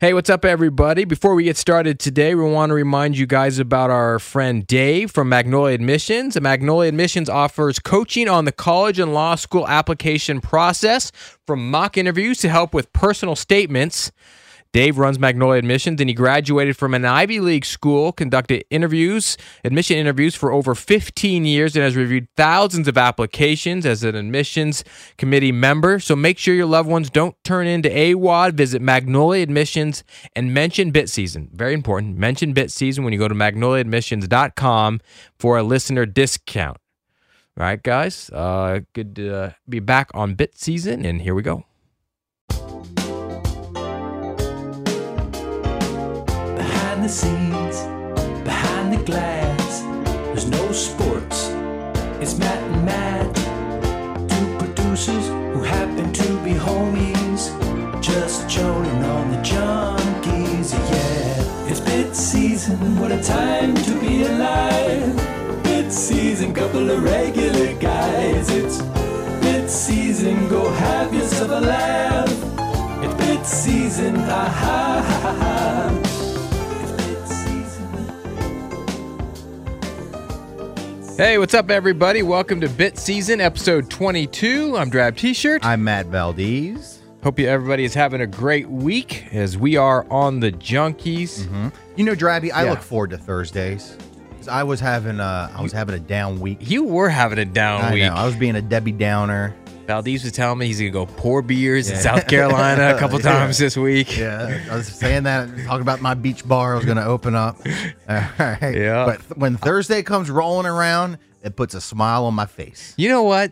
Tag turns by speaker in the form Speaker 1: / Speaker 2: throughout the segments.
Speaker 1: Hey, what's up, everybody? Before we get started today, we want to remind you guys about our friend Dave from Magnolia Admissions. And Magnolia Admissions offers coaching on the college and law school application process from mock interviews to help with personal statements. Dave runs Magnolia Admissions and he graduated from an Ivy League school, conducted interviews, admission interviews for over 15 years, and has reviewed thousands of applications as an admissions committee member. So make sure your loved ones don't turn into AWOD. Visit Magnolia Admissions and mention Bit Season. Very important. Mention Bit Season when you go to magnoliaadmissions.com for a listener discount. All right, guys. Uh, good to uh, be back on Bit Season, and here we go.
Speaker 2: behind the scenes, behind the glass. There's no sports. It's Matt and Matt, two producers who happen to be homies, just joning on the junkies. Yeah, it's bit season. What a time to be alive! Bit season, couple of regular guys. It's bit season. Go have yourself a laugh. It's bit season. Ah ha ha ha. ha.
Speaker 1: Hey, what's up, everybody? Welcome to Bit Season, episode 22. I'm Drab T-shirt.
Speaker 3: I'm Matt Valdez.
Speaker 1: Hope you everybody is having a great week as we are on the Junkies.
Speaker 3: You know, Drabby, I
Speaker 1: Yeah.
Speaker 3: look forward to Thursdays. 'Cause I was having a, I was having a down week.
Speaker 1: You were having a down
Speaker 3: I
Speaker 1: week.
Speaker 3: know. I was being a Debbie Downer.
Speaker 1: Valdez was telling me he's gonna go pour beers in South Carolina a couple
Speaker 3: Yeah.
Speaker 1: times this week.
Speaker 3: Yeah, I was saying that, talking about my beach bar I was going to open up. All right.
Speaker 1: Yeah.
Speaker 3: But th- when Thursday comes rolling around, it puts a smile on my face.
Speaker 1: You know what?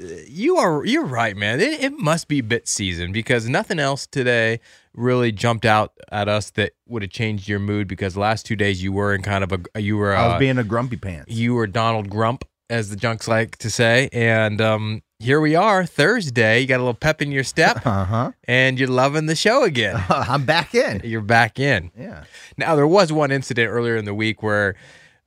Speaker 1: Uh, You are you're right, man. It, it must be bit season because nothing else today really jumped out at us that would have changed your mood because the last two days you were in kind of a you were
Speaker 3: I was
Speaker 1: uh,
Speaker 3: being a grumpy pants.
Speaker 1: you were Donald Grump, as the junks like to say. And um, here we are, Thursday. You got a little pep in your step,
Speaker 3: Uh huh.
Speaker 1: and you're loving the show again.
Speaker 3: I'm back in.
Speaker 1: You're back in.
Speaker 3: Yeah.
Speaker 1: Now, there was one incident earlier in the week where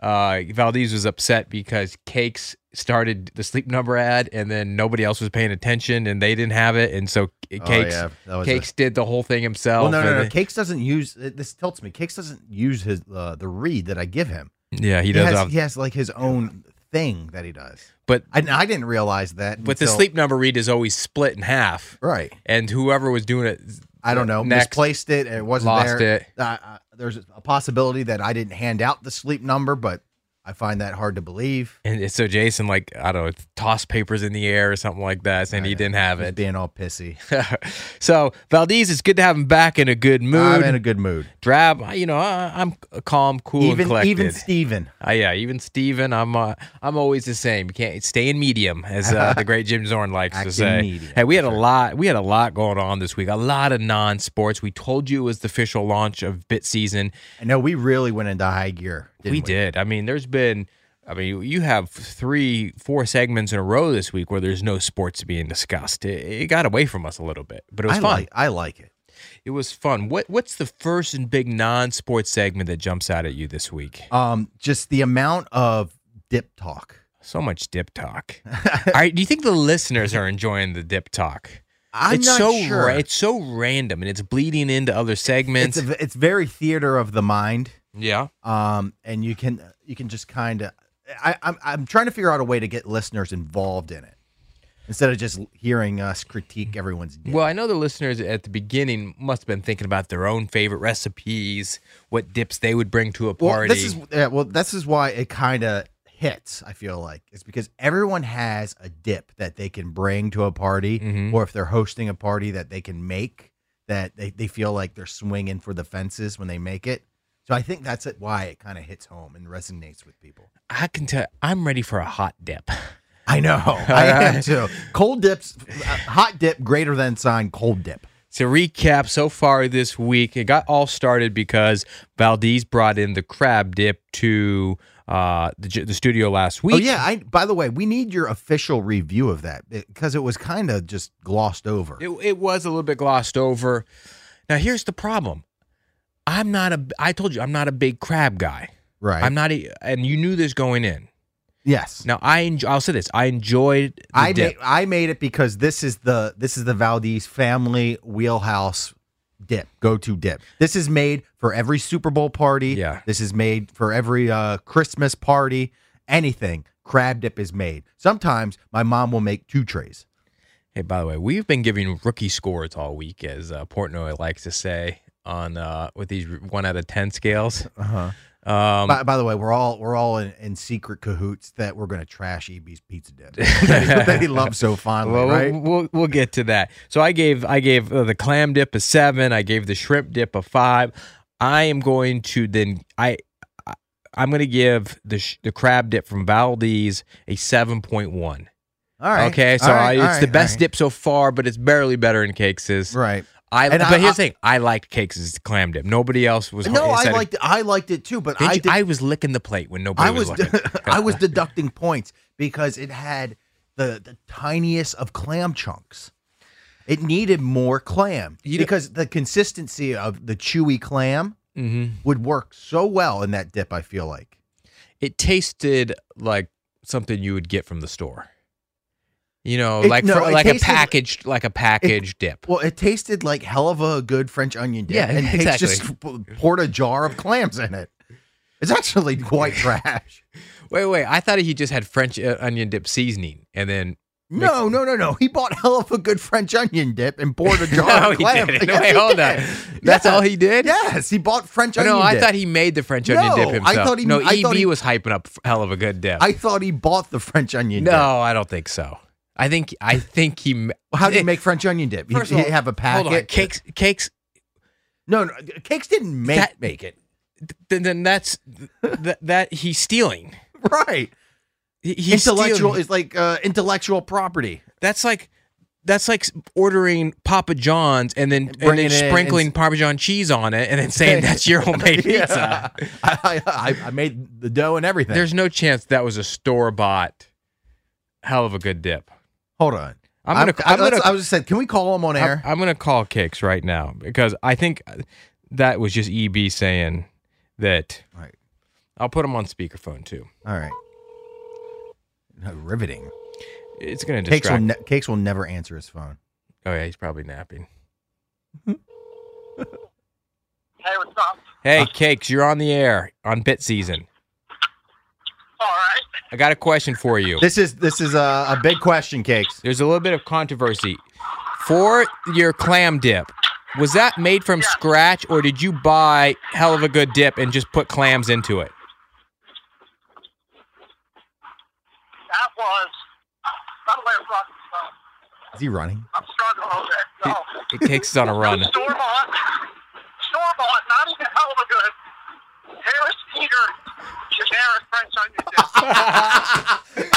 Speaker 1: uh, Valdez was upset because Cakes started the sleep number ad, and then nobody else was paying attention, and they didn't have it, and so C-
Speaker 3: Oh,
Speaker 1: Cakes
Speaker 3: yeah. That was a-
Speaker 1: Cakes did the whole thing himself.
Speaker 3: Well, no,
Speaker 1: and
Speaker 3: no, no.
Speaker 1: then-
Speaker 3: Cakes doesn't use it- this. Tilts me. Cakes doesn't use his uh, the read that I give him.
Speaker 1: yeah, he
Speaker 3: He,
Speaker 1: does.
Speaker 3: has,
Speaker 1: off-
Speaker 3: he has like his own thing that he does.
Speaker 1: But
Speaker 3: I, I didn't realize that.
Speaker 1: but the
Speaker 3: until-
Speaker 1: sleep number read is always split in half,
Speaker 3: right?
Speaker 1: and whoever was doing it,
Speaker 3: I don't know.
Speaker 1: Next.
Speaker 3: Misplaced it. It wasn't
Speaker 1: Lost
Speaker 3: there.
Speaker 1: it.
Speaker 3: Uh, uh, there's a possibility that I didn't hand out the sleep number, but I find that hard to believe.
Speaker 1: And it's- so Jason, like, I don't know, tossed papers in the air or something like that, saying he didn't have
Speaker 3: Just
Speaker 1: it.
Speaker 3: being all pissy.
Speaker 1: so Valdez, it's good to have him back in a good mood.
Speaker 3: I'm in a good mood.
Speaker 1: Drab, you know, I, I'm calm, cool, and
Speaker 3: even
Speaker 1: collected.
Speaker 3: even Steven.
Speaker 1: Uh, yeah, even Steven, I'm uh, I'm always the same. You can't stay in medium, as uh, the great Jim Zorn likes to
Speaker 3: Act in
Speaker 1: say.
Speaker 3: medium,
Speaker 1: hey, we had a
Speaker 3: that's right.
Speaker 1: lot we had a lot going on this week. A lot of non-sports. We told you it was the official launch of Bit Season.
Speaker 3: I know we really went into high gear. Didn't we,
Speaker 1: we did. I mean, there's been. I mean, you have three, four segments in a row this week where there's no sports being discussed. It, it got away from us a little bit, but it was
Speaker 3: I
Speaker 1: fun.
Speaker 3: like. I like it.
Speaker 1: It was fun. What What's the first and big non-sports segment that jumps out at you this week?
Speaker 3: Um, just the amount of dip talk.
Speaker 1: So much dip talk. All right, do you think the listeners are enjoying the dip talk?
Speaker 3: I'm
Speaker 1: it's
Speaker 3: not
Speaker 1: so
Speaker 3: sure.
Speaker 1: ra- it's so random and it's bleeding into other segments.
Speaker 3: it's a, it's very theater of the mind.
Speaker 1: yeah,
Speaker 3: um, and you can you can just kind of I, I'm I'm trying to figure out a way to get listeners involved in it. instead of just hearing us critique everyone's day.
Speaker 1: Well, I know the listeners at the beginning must have been thinking about their own favorite recipes, what dips they would bring to a
Speaker 3: Well,
Speaker 1: party.
Speaker 3: this is yeah, well, this is why it kind of hits. I feel like it's because everyone has a dip that they can bring to a party,
Speaker 1: Mhm.
Speaker 3: or if they're hosting a party that they can make that they, they feel like they're swinging for the fences when they make it. So I think that's it, why it kind of hits home and resonates with people.
Speaker 1: I can tell I'm ready for a hot dip.
Speaker 3: I know, I am too. Cold dips, uh, hot dip greater than sign, cold dip.
Speaker 1: To recap, so far this week, it got all started because Valdez brought in the crab dip to uh, the, j- the studio last week.
Speaker 3: Oh yeah. I by the way, we need your official review of that because it was kind of just glossed over.
Speaker 1: It, it was a little bit glossed over. Now, here's the problem. I'm not a, I told you, I'm not a big crab guy.
Speaker 3: right.
Speaker 1: I'm not, a, and you knew this going in.
Speaker 3: yes.
Speaker 1: Now, I enjoy, I'll say this, I enjoyed the
Speaker 3: I
Speaker 1: dip.
Speaker 3: made, I made it because this is the this is the Valdez family wheelhouse dip go to dip. This is made for every Super Bowl party.
Speaker 1: Yeah.
Speaker 3: This is made for every uh, Christmas party. Anything crab dip is made. Sometimes my mom will make two trays.
Speaker 1: Hey, by the way, we've been giving rookie scores all week, as uh, Portnoy likes to say, on uh, with these one out of ten scales.
Speaker 3: Uh-huh.
Speaker 1: Um,
Speaker 3: by, by the way, we're all we're all in, in secret cahoots that we're gonna trash EB's pizza dip that, he, that he loves so fondly.
Speaker 1: well,
Speaker 3: right?
Speaker 1: we'll, we'll we'll get to that. So I gave I gave uh, the clam dip a seven. I gave the shrimp dip a five. I am going to then I. I- I'm going to give the sh- the crab dip from Valdez a 7.1.
Speaker 3: all right.
Speaker 1: okay, so
Speaker 3: all right,
Speaker 1: I, it's
Speaker 3: all right,
Speaker 1: the
Speaker 3: all
Speaker 1: best
Speaker 3: right.
Speaker 1: dip so far, but it's barely better in Cakes'.
Speaker 3: Right.
Speaker 1: I
Speaker 3: And
Speaker 1: but
Speaker 3: I-
Speaker 1: here's the
Speaker 3: I-
Speaker 1: thing: I liked Cakes' clam dip. Nobody else was.
Speaker 3: No, I
Speaker 1: said-
Speaker 3: liked it- I liked it too, but
Speaker 1: Didn't
Speaker 3: I
Speaker 1: you-
Speaker 3: did
Speaker 1: I was licking the plate when nobody
Speaker 3: I was
Speaker 1: was looking.
Speaker 3: I was deducting points because it had the the tiniest of clam chunks. It needed more clam
Speaker 1: You know-
Speaker 3: because the consistency of the chewy clam
Speaker 1: Mhm.
Speaker 3: would work so well in that dip. I feel like
Speaker 1: It tasted like something you would get from the store. You know,
Speaker 3: It-
Speaker 1: like
Speaker 3: no,
Speaker 1: for,
Speaker 3: it
Speaker 1: like
Speaker 3: tasted-
Speaker 1: a packaged like a packaged dip.
Speaker 3: well, it tasted like hell of a good French onion dip,
Speaker 1: Yeah,
Speaker 3: and Paige
Speaker 1: exactly.
Speaker 3: just p- poured a jar of clams in it. It's actually quite trash.
Speaker 1: Wait, wait. I thought he just had French uh, onion dip seasoning, and then
Speaker 3: No, no, no, no. He bought hell of a good French onion dip and poured a jar
Speaker 1: No,
Speaker 3: of
Speaker 1: he
Speaker 3: clams.
Speaker 1: didn't.
Speaker 3: Yes,
Speaker 1: Wait,
Speaker 3: he
Speaker 1: hold
Speaker 3: did.
Speaker 1: on. That's all he did?
Speaker 3: Yes, he bought French
Speaker 1: Oh,
Speaker 3: onion
Speaker 1: no, I
Speaker 3: dip.
Speaker 1: thought he made the French onion
Speaker 3: No,
Speaker 1: dip
Speaker 3: I
Speaker 1: himself.
Speaker 3: thought he-
Speaker 1: no,
Speaker 3: I
Speaker 1: EB
Speaker 3: thought he-
Speaker 1: was hyping up f- hell of a good dip.
Speaker 3: I thought he bought the French onion
Speaker 1: no,
Speaker 3: dip.
Speaker 1: I don't think so. I think I think he. m-
Speaker 3: Well, How do you
Speaker 1: Eh,
Speaker 3: make French onion dip? You,
Speaker 1: First
Speaker 3: you
Speaker 1: of all,
Speaker 3: have a packet.
Speaker 1: Hold on, cakes, cakes.
Speaker 3: No, no, cakes didn't make
Speaker 1: That-
Speaker 3: make it.
Speaker 1: Then, then that's that, that he's stealing.
Speaker 3: Right.
Speaker 1: He- He's
Speaker 3: intellectual
Speaker 1: stealing.
Speaker 3: is like uh, intellectual property.
Speaker 1: That's like that's like ordering Papa John's and then and,
Speaker 3: Bringing
Speaker 1: then
Speaker 3: it in and
Speaker 1: sprinkling
Speaker 3: s-
Speaker 1: Parmesan cheese on it and then saying that's your homemade pizza.
Speaker 3: Yeah. I, I, I- I made the dough and everything.
Speaker 1: There's no chance that was a store bought hell of a good dip.
Speaker 3: hold on.
Speaker 1: I'm gonna-
Speaker 3: I,
Speaker 1: I'm gonna-
Speaker 3: let's- I was just saying, can we call him on
Speaker 1: I'm,
Speaker 3: air?
Speaker 1: I'm gonna call Cakes right now because I think uh, that was just EB saying that.
Speaker 3: All right.
Speaker 1: I'll put him on speakerphone too.
Speaker 3: All right. No, riveting.
Speaker 1: It's gonna
Speaker 3: Cakes will,
Speaker 1: distract.
Speaker 3: ne- cakes will never answer his phone.
Speaker 1: oh yeah, he's probably napping.
Speaker 4: Hey, what's up?
Speaker 1: Hey, Cakes, you're on the air on Bit Season.
Speaker 4: All right.
Speaker 1: I got a question for you.
Speaker 3: This is this is a, a big question, cakes.
Speaker 1: There's a little bit of controversy. For your clam dip, was that made from scratch or did you buy hell of a good dip and just put clams into it?
Speaker 4: That was. By the way, I'm talking about.
Speaker 3: Is he running?
Speaker 4: I'm struggling a little bit. No.
Speaker 1: It takes us on a run.
Speaker 4: Store bought. Store bought, not even hell of a good. Harris Teeter, generic French onion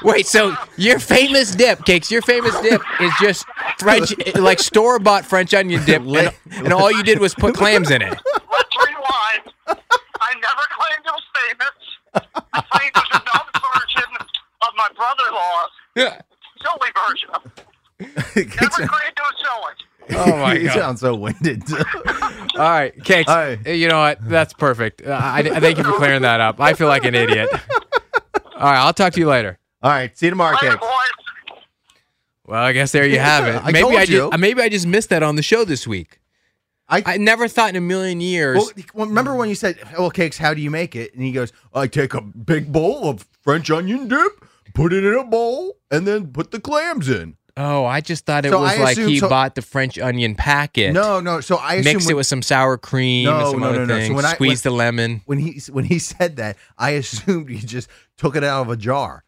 Speaker 4: dip.
Speaker 1: Wait, so your famous dip, Cakes, your famous dip is just French, like store bought French onion dip, and, and all you did was put clams in it.
Speaker 4: Let's rewind. I never claimed it was famous. I claimed it was a dumb version of my brother in law's silly version. Never claimed it was silly.
Speaker 1: Oh my
Speaker 3: he
Speaker 1: God.
Speaker 3: sounds so winded.
Speaker 1: All right, Cakes,
Speaker 3: All right.
Speaker 1: you know what? That's perfect. Uh, I, I thank you for clearing that up. I feel like an idiot. All right, I'll talk to you later.
Speaker 3: All right, see you tomorrow,
Speaker 4: Later,
Speaker 3: cakes.
Speaker 4: boys.
Speaker 1: Well, I guess there you have it.
Speaker 3: I
Speaker 1: maybe
Speaker 3: told
Speaker 1: I
Speaker 3: you.
Speaker 1: just uh, maybe I just missed that on the show this week.
Speaker 3: I-
Speaker 1: I never thought in a million years.
Speaker 3: Well, well, remember when you said, "Well, cakes, how do you make it?" And he goes, "I take a big bowl of French onion dip,
Speaker 5: put it in a bowl, and then put the clams in.
Speaker 1: Oh, I just thought it
Speaker 3: So
Speaker 1: was
Speaker 3: I
Speaker 1: like
Speaker 3: assume-
Speaker 1: he
Speaker 3: so-
Speaker 1: bought the French onion packet.
Speaker 3: No, no. So I assume
Speaker 1: mixed
Speaker 3: when,
Speaker 1: it with some sour cream and
Speaker 3: No,
Speaker 1: some
Speaker 3: no,
Speaker 1: other
Speaker 3: no, no. So
Speaker 1: things.
Speaker 3: when I-
Speaker 1: Squeezed
Speaker 3: when-
Speaker 1: the lemon.
Speaker 3: when he when he said that, I assumed he just took it out of a jar.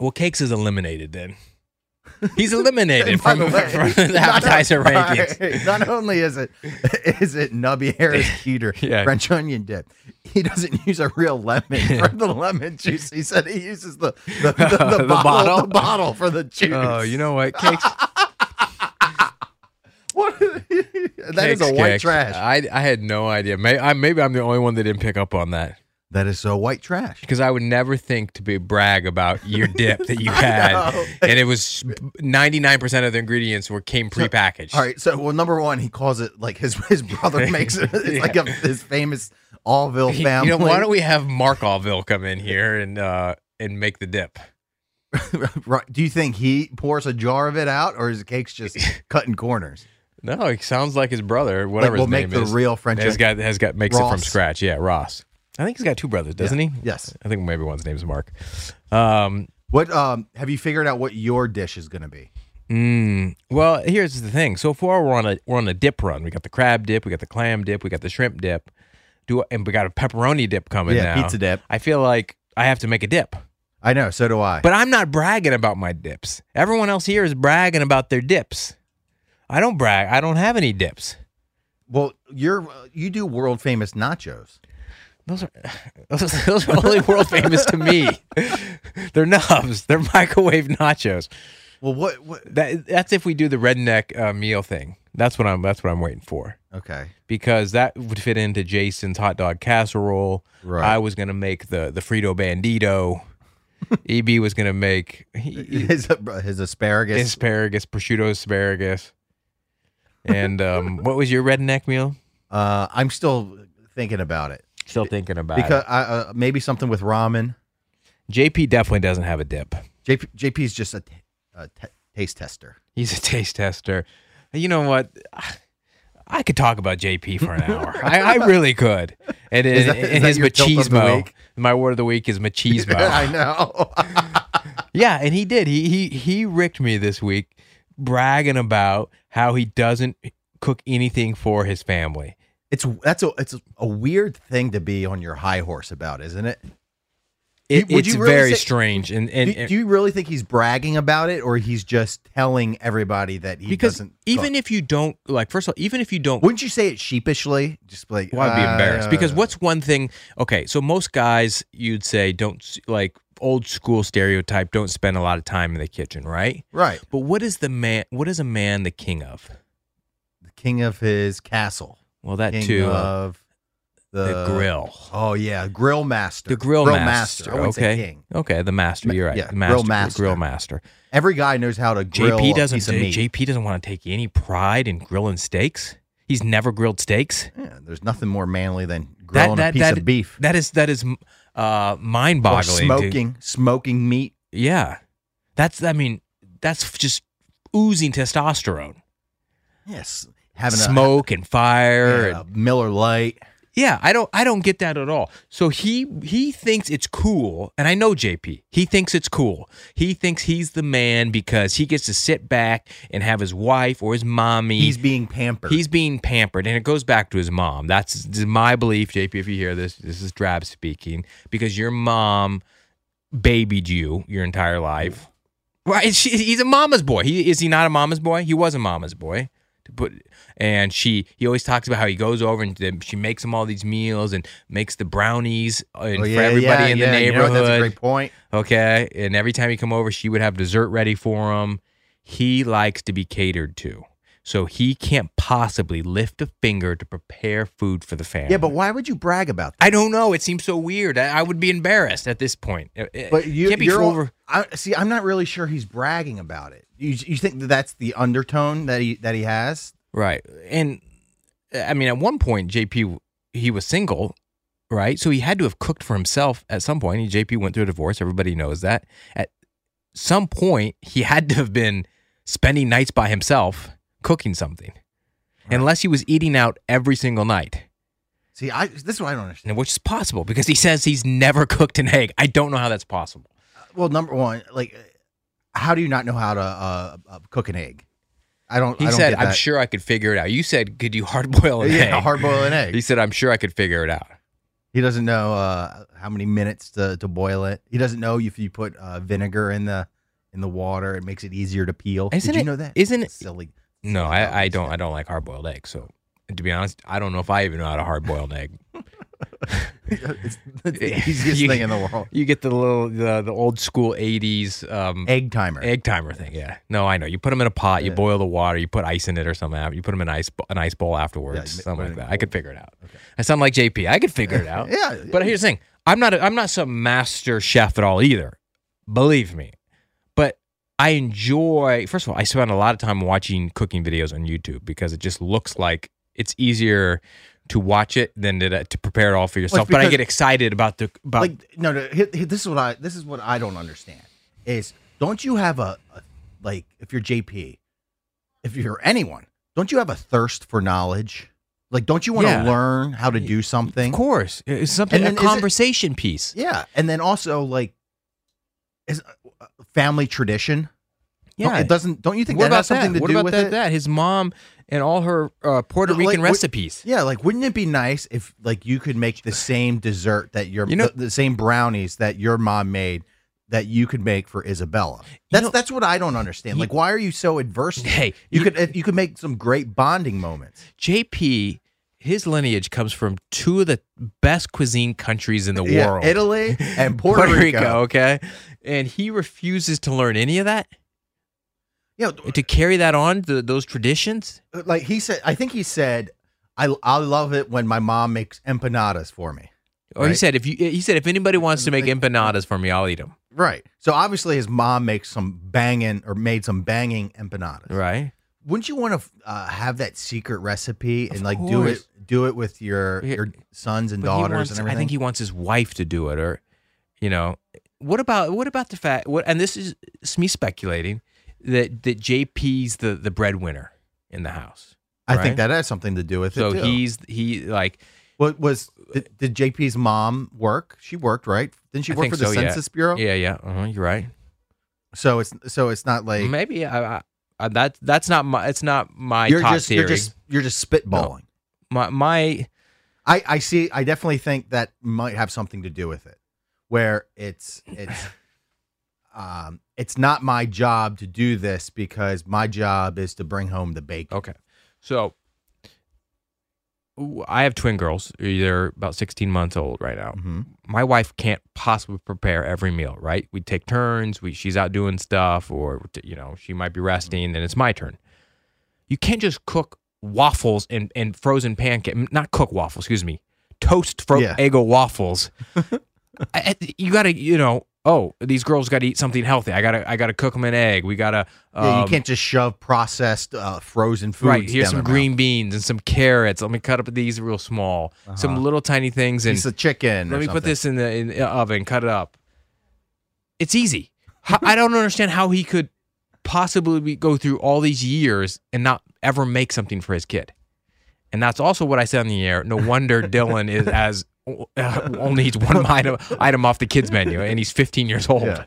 Speaker 1: Well, cakes is eliminated then. He's eliminated
Speaker 3: And by
Speaker 1: from,
Speaker 3: the way,
Speaker 1: from the appetizer
Speaker 3: not,
Speaker 1: rankings.
Speaker 3: sorry, Not only is it is it Nubby Harris Keeter
Speaker 1: Yeah.
Speaker 3: French onion dip, he doesn't use a real lemon for the lemon juice. He said he uses the the, the, the
Speaker 1: The
Speaker 3: bottle,
Speaker 1: bottle?
Speaker 3: the bottle for the juice.
Speaker 1: Oh, you know what? Cakes.
Speaker 3: what? that
Speaker 1: cakes,
Speaker 3: is a white
Speaker 1: cakes.
Speaker 3: trash.
Speaker 1: I, I had no idea. Maybe, I, maybe I'm the only one that didn't pick up on that
Speaker 3: that is so white trash.
Speaker 1: because I would never think to be brag about your dip that you had,
Speaker 3: know.
Speaker 1: and it was 99 percent of the ingredients were came prepackaged.
Speaker 3: All right, so well, number one, he calls it like his his brother makes it. It's like a, his famous Allville
Speaker 1: You
Speaker 3: family.
Speaker 1: know, why don't we have Mark Allville come in here and uh, and make the dip?
Speaker 3: Right. Do you think he pours a jar of it out, or is the cakes just cutting corners?
Speaker 1: No, he sounds like his brother, whatever
Speaker 3: we'll
Speaker 1: his
Speaker 3: make
Speaker 1: name
Speaker 3: the
Speaker 1: is.
Speaker 3: real French
Speaker 1: Has got has got makes it from
Speaker 3: Ross.
Speaker 1: scratch. Yeah, Ross. I think he's got two brothers, doesn't he?
Speaker 3: Yes.
Speaker 1: I think maybe one's name's Mark. Um,
Speaker 3: What um have you figured out what your dish is going to be?
Speaker 1: Mm. Well, here's the thing. So far, we're on a we're on a dip run. We got the crab dip, we got the clam dip, we got the shrimp dip. Do and we got a pepperoni dip coming
Speaker 3: Yeah,
Speaker 1: now.
Speaker 3: pizza dip.
Speaker 1: I feel like I have to make a dip,
Speaker 3: I know, so do I.
Speaker 1: but I'm not bragging about my dips. Everyone else here is bragging about their dips. I don't brag. I don't have any dips.
Speaker 3: well, you're uh, you do world famous nachos.
Speaker 1: Those are those, are- those are only world famous to me. They're nubs. They're microwave nachos.
Speaker 3: Well, what what?
Speaker 1: That that's if we do the redneck uh, meal thing. That's what I'm. That's what I'm waiting for.
Speaker 3: Okay,
Speaker 1: because that would fit into Jason's hot dog casserole.
Speaker 3: Right.
Speaker 1: I was gonna make the the Frito Bandito. EB was gonna make he-
Speaker 3: his uh, his asparagus.
Speaker 1: asparagus, prosciutto asparagus. And um, what was your redneck meal?
Speaker 3: uh, I'm still thinking about it
Speaker 1: Still thinking about
Speaker 3: because I, uh, maybe something with ramen.
Speaker 1: it. JP definitely doesn't have a dip.
Speaker 3: JP JP's just a, t- a t- taste tester.
Speaker 1: He's a taste tester. You know what? I could talk about JP for an hour. I, I really could. And,
Speaker 3: Is that-
Speaker 1: and-
Speaker 3: is
Speaker 1: and
Speaker 3: that
Speaker 1: his
Speaker 3: your tilt of the
Speaker 1: machismo.
Speaker 3: week?
Speaker 1: My word of the week is machismo.
Speaker 3: I know.
Speaker 1: Yeah, and he did. He he he ricked me this week, bragging about how he doesn't cook anything for his family.
Speaker 3: it's that's a it's a weird thing to be on your high horse about, isn't it?
Speaker 1: It,
Speaker 3: You- would
Speaker 1: it's
Speaker 3: you really
Speaker 1: very
Speaker 3: say-
Speaker 1: strange, and and,
Speaker 3: Do, do you really think he's bragging about it, or he's just telling everybody that he
Speaker 1: because
Speaker 3: doesn't?
Speaker 1: even
Speaker 3: cook?
Speaker 1: if you don't like, first of all, even if you don't,
Speaker 3: Wouldn't you say it sheepishly? Just like,
Speaker 1: well, I'd be
Speaker 3: uh,
Speaker 1: embarrassed because what's one thing? Okay, so most guys you'd say don't s- like old school stereotype, don't spend a lot of time in the kitchen, right?
Speaker 3: Right,
Speaker 1: But what is the man? What is a man the king of?
Speaker 3: the king of his castle,
Speaker 1: Well, that
Speaker 3: king
Speaker 1: too. uh,
Speaker 3: of the,
Speaker 1: the grill.
Speaker 3: Oh yeah, grill master.
Speaker 1: The grill, master.
Speaker 3: I wouldn't
Speaker 1: okay.
Speaker 3: say king.
Speaker 1: Okay, the master.
Speaker 3: Ma-
Speaker 1: You're right.
Speaker 3: yeah,
Speaker 1: the
Speaker 3: grill
Speaker 1: master. the Grill master.
Speaker 3: Every guy knows how to grill.
Speaker 1: JP
Speaker 3: a
Speaker 1: doesn't.
Speaker 3: piece of meat.
Speaker 1: JP doesn't want to take any pride in grilling steaks. He's never grilled steaks.
Speaker 3: Yeah, there's nothing more manly than grilling a piece
Speaker 1: that-
Speaker 3: of beef
Speaker 1: That is that is uh, mind
Speaker 3: or
Speaker 1: boggling.
Speaker 3: smoking smoking meat.
Speaker 1: Yeah, that's. I mean, that's just oozing testosterone.
Speaker 3: Yes, having
Speaker 1: Smoke and
Speaker 3: a,
Speaker 1: fire.
Speaker 3: yeah,
Speaker 1: and-
Speaker 3: Miller Light.
Speaker 1: yeah, I don't. I don't get that at all. So he he thinks it's cool, and I know JP. He thinks it's cool. He thinks he's the man because he gets to sit back and have his wife or his mommy.
Speaker 3: He's being pampered.
Speaker 1: He's being pampered, and it goes back to his mom. That's this is my belief, JP. If you hear this, this is Drab speaking because your mom babied you your entire life. Right? She, he's a mama's boy. He is he not a mama's boy? He was a mama's boy. To put and she he always talks about how he goes over and then she makes him all these meals and makes the brownies uh, and
Speaker 3: Oh,
Speaker 1: for everybody in the
Speaker 3: you know
Speaker 1: neighborhood.
Speaker 3: what? that's a great point.
Speaker 1: Okay. And every time he come over, she would have dessert ready for him. He likes to be catered to. So he can't possibly lift a finger to prepare food for the family.
Speaker 3: Yeah, but why would you brag about that?
Speaker 1: I don't know. It seems so weird. I, I would be embarrassed at this point. It- it
Speaker 3: But you,
Speaker 1: can't be
Speaker 3: you're
Speaker 1: over.
Speaker 3: Eh, I, see, I'm not really sure he's bragging about it. You, you think that that's the undertone that he that he has?
Speaker 1: Right. And uh, I mean, at one point, JP, he was single, right? So he had to have cooked for himself at some point. And JP went through a divorce. Everybody knows that. At some point, he had to have been spending nights by himself cooking something, unless he was eating out every single night,
Speaker 3: See, I this is what I don't understand.
Speaker 1: and which is possible because he says he's never cooked an egg. I don't know how that's possible.
Speaker 3: well, number one, like, how do you not know how to uh, uh, cook an egg? I don't.
Speaker 1: He
Speaker 3: I don't
Speaker 1: said,
Speaker 3: get
Speaker 1: "I'm
Speaker 3: that.
Speaker 1: sure I could figure it out." You said, "Could you hard boil an egg?"
Speaker 3: Yeah, hard boil an
Speaker 1: He
Speaker 3: egg.
Speaker 1: said, "I'm sure I could figure it out."
Speaker 3: He doesn't know uh, how many minutes to, to boil it. He doesn't know if you put uh, vinegar in the in the water, it makes it easier to peel.
Speaker 1: Isn't
Speaker 3: Did
Speaker 1: it-
Speaker 3: you know that?
Speaker 1: isn't it-
Speaker 3: silly?
Speaker 1: No,
Speaker 3: silly
Speaker 1: I, I
Speaker 3: dumb
Speaker 1: don't.
Speaker 3: stuff.
Speaker 1: I don't like hard boiled eggs. So, to be honest, I don't know if I even know how to hard boil an egg.
Speaker 3: it's, it's the easiest
Speaker 1: You-
Speaker 3: thing in the world.
Speaker 1: You get the little the, the old school '80s um,
Speaker 3: Egg timer.
Speaker 1: egg timer thing. Yeah. No, I know. You put them in a pot. You boil the water. You put ice in it or something. af- You put them in ice bo- an ice bowl afterwards.
Speaker 3: Yeah, you put
Speaker 1: something
Speaker 3: it
Speaker 1: like
Speaker 3: in
Speaker 1: that. I
Speaker 3: cold.
Speaker 1: could figure it out. I sound like JP. I could figure it out.
Speaker 3: Yeah,
Speaker 1: But here's the thing. I'm not. A, I'm not some master chef at all either. Believe me. But I enjoy. First of all, I spend a lot of time watching cooking videos on YouTube because it just looks like it's easier to watch it than to, to prepare it all for yourself. but I
Speaker 3: because-
Speaker 1: get excited about the about.
Speaker 3: like no, no. hi- hi- this is what I this is what I don't understand is don't you have a, a like if you're JP, if you're anyone, don't you have a thirst for knowledge? Like, don't you want to
Speaker 1: Yeah.
Speaker 3: learn how to do something?
Speaker 1: of course, it's something a
Speaker 3: then is it-
Speaker 1: conversation piece.
Speaker 3: Yeah, and then also like, is uh, family tradition? Don't-
Speaker 1: Yeah,
Speaker 3: it doesn't. Don't you think
Speaker 1: what
Speaker 3: that
Speaker 1: about
Speaker 3: has something
Speaker 1: that?
Speaker 3: to
Speaker 1: what
Speaker 3: do
Speaker 1: about
Speaker 3: with
Speaker 1: that,
Speaker 3: it?
Speaker 1: that? His mom and all her uh, Puerto
Speaker 3: Like,
Speaker 1: Rican
Speaker 3: what-
Speaker 1: recipes.
Speaker 3: Yeah, like wouldn't it be nice if like you could make the same dessert that your
Speaker 1: You know-
Speaker 3: the, the same brownies that your mom made that you could make for Isabella? That's
Speaker 1: know-
Speaker 3: that's what I don't understand. Like why are you so adverse? to it?
Speaker 1: Hey,
Speaker 3: you,
Speaker 1: you-
Speaker 3: could could you could make some great bonding moments.
Speaker 1: JP, his lineage comes from two of the best cuisine countries in the
Speaker 3: Yeah,
Speaker 1: world.
Speaker 3: Italy and Puerto, Rico.
Speaker 1: okay? And he refuses to learn any of that,
Speaker 3: Yeah, uh,
Speaker 1: to carry that on, th those traditions.
Speaker 3: like he said I think he said I I love it when my mom makes empanadas for me.
Speaker 1: Or he
Speaker 3: Right.
Speaker 1: said, if you, he said, if anybody wants to make empanadas for me, I'll eat them.
Speaker 3: Right. So obviously his mom makes some banging or made some banging empanadas.
Speaker 1: Right?
Speaker 3: wouldn't you want to uh, have that secret recipe and like do it
Speaker 1: course.
Speaker 3: do it with your
Speaker 1: Yeah.
Speaker 3: your sons and
Speaker 1: But he
Speaker 3: daughters
Speaker 1: wants-
Speaker 3: and everything?
Speaker 1: I think he wants his wife to do it, or you know, what about what about the fact? What and this is it's me speculating that that JP's the the breadwinner in the house.
Speaker 3: I
Speaker 1: right?
Speaker 3: think that has something to do with
Speaker 1: So
Speaker 3: it. too.
Speaker 1: he's he like
Speaker 3: what was did, did JP's mom work? She worked, right? Didn't she
Speaker 1: I
Speaker 3: work
Speaker 1: think
Speaker 3: for the
Speaker 1: so, yeah.
Speaker 3: Census Bureau?
Speaker 1: yeah yeah uh-huh, you're right.
Speaker 3: So it's so it's not like
Speaker 1: Maybe I, I, I that that's not my it's not my
Speaker 3: you're
Speaker 1: top
Speaker 3: just
Speaker 1: theory.
Speaker 3: you're just you're just spitballing.
Speaker 1: my my
Speaker 3: I I see. I definitely think that might have something to do with it, where it's it's um it's not my job to do this because my job is to bring home the bacon.
Speaker 1: Okay. So w- I have twin girls. They're about 16 months old right now.
Speaker 3: Mhm.
Speaker 1: My wife can't possibly prepare every meal, right? We take turns. We, she's out doing stuff, or, t- you know, she might be resting, then it's my turn. You can't just cook waffles and, and frozen pancake, not cook waffles, excuse me, toast fro-
Speaker 3: Yeah.
Speaker 1: Eggo waffles. I- I- you got to, you know, oh, these girls got to eat something healthy. I got to, I got to cook them an egg. We got to,
Speaker 3: Yeah, you
Speaker 1: um,
Speaker 3: can't just shove processed uh, frozen foods.
Speaker 1: Right. Here's
Speaker 3: down
Speaker 1: some
Speaker 3: their
Speaker 1: green beans and some carrots. Let me cut up these real small, some little tiny things,
Speaker 3: mouth.
Speaker 1: and
Speaker 3: Uh-huh. piece of chicken.
Speaker 1: let
Speaker 3: or
Speaker 1: me put
Speaker 3: something.
Speaker 1: this in the, in the oven, cut it up. It's easy. How, I don't understand how he could possibly be, go through all these years and not ever make something for his kid. And that's also what I said on the air. No wonder Dylan is as uh, only eats one item, item off the kids menu, and he's 15 years old.
Speaker 3: Yeah.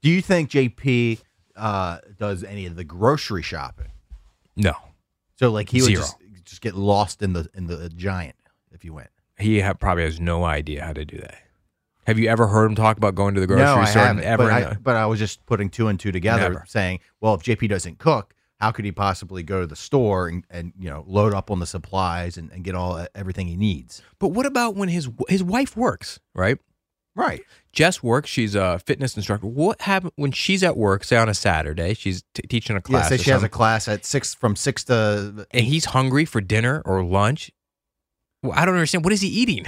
Speaker 3: Do you think JP uh, does any of the grocery shopping?
Speaker 1: No,
Speaker 3: So like he would
Speaker 1: Zero.
Speaker 3: just, just get lost in the in the giant if you went.
Speaker 1: he ha- probably has no idea how to do that. Have you ever heard him talk about going to the grocery
Speaker 3: no, I
Speaker 1: store and
Speaker 3: haven't.
Speaker 1: ever?
Speaker 3: but,
Speaker 1: know-
Speaker 3: I, but I was just putting two and two together,
Speaker 1: Never.
Speaker 3: saying, well, if JP doesn't cook, how could he possibly go to the store and, and you know load up on the supplies and, and get all everything he needs?
Speaker 1: But what about when his his wife works, right?
Speaker 3: Right.
Speaker 1: Jess works. She's a fitness instructor. What happened when she's at work? Say on a Saturday, she's t- teaching a
Speaker 3: Yeah.
Speaker 1: class.
Speaker 3: Say
Speaker 1: or
Speaker 3: she has a
Speaker 1: something,
Speaker 3: class at six from six to
Speaker 1: and he's hungry for dinner or lunch. Well, I don't understand. What is he eating?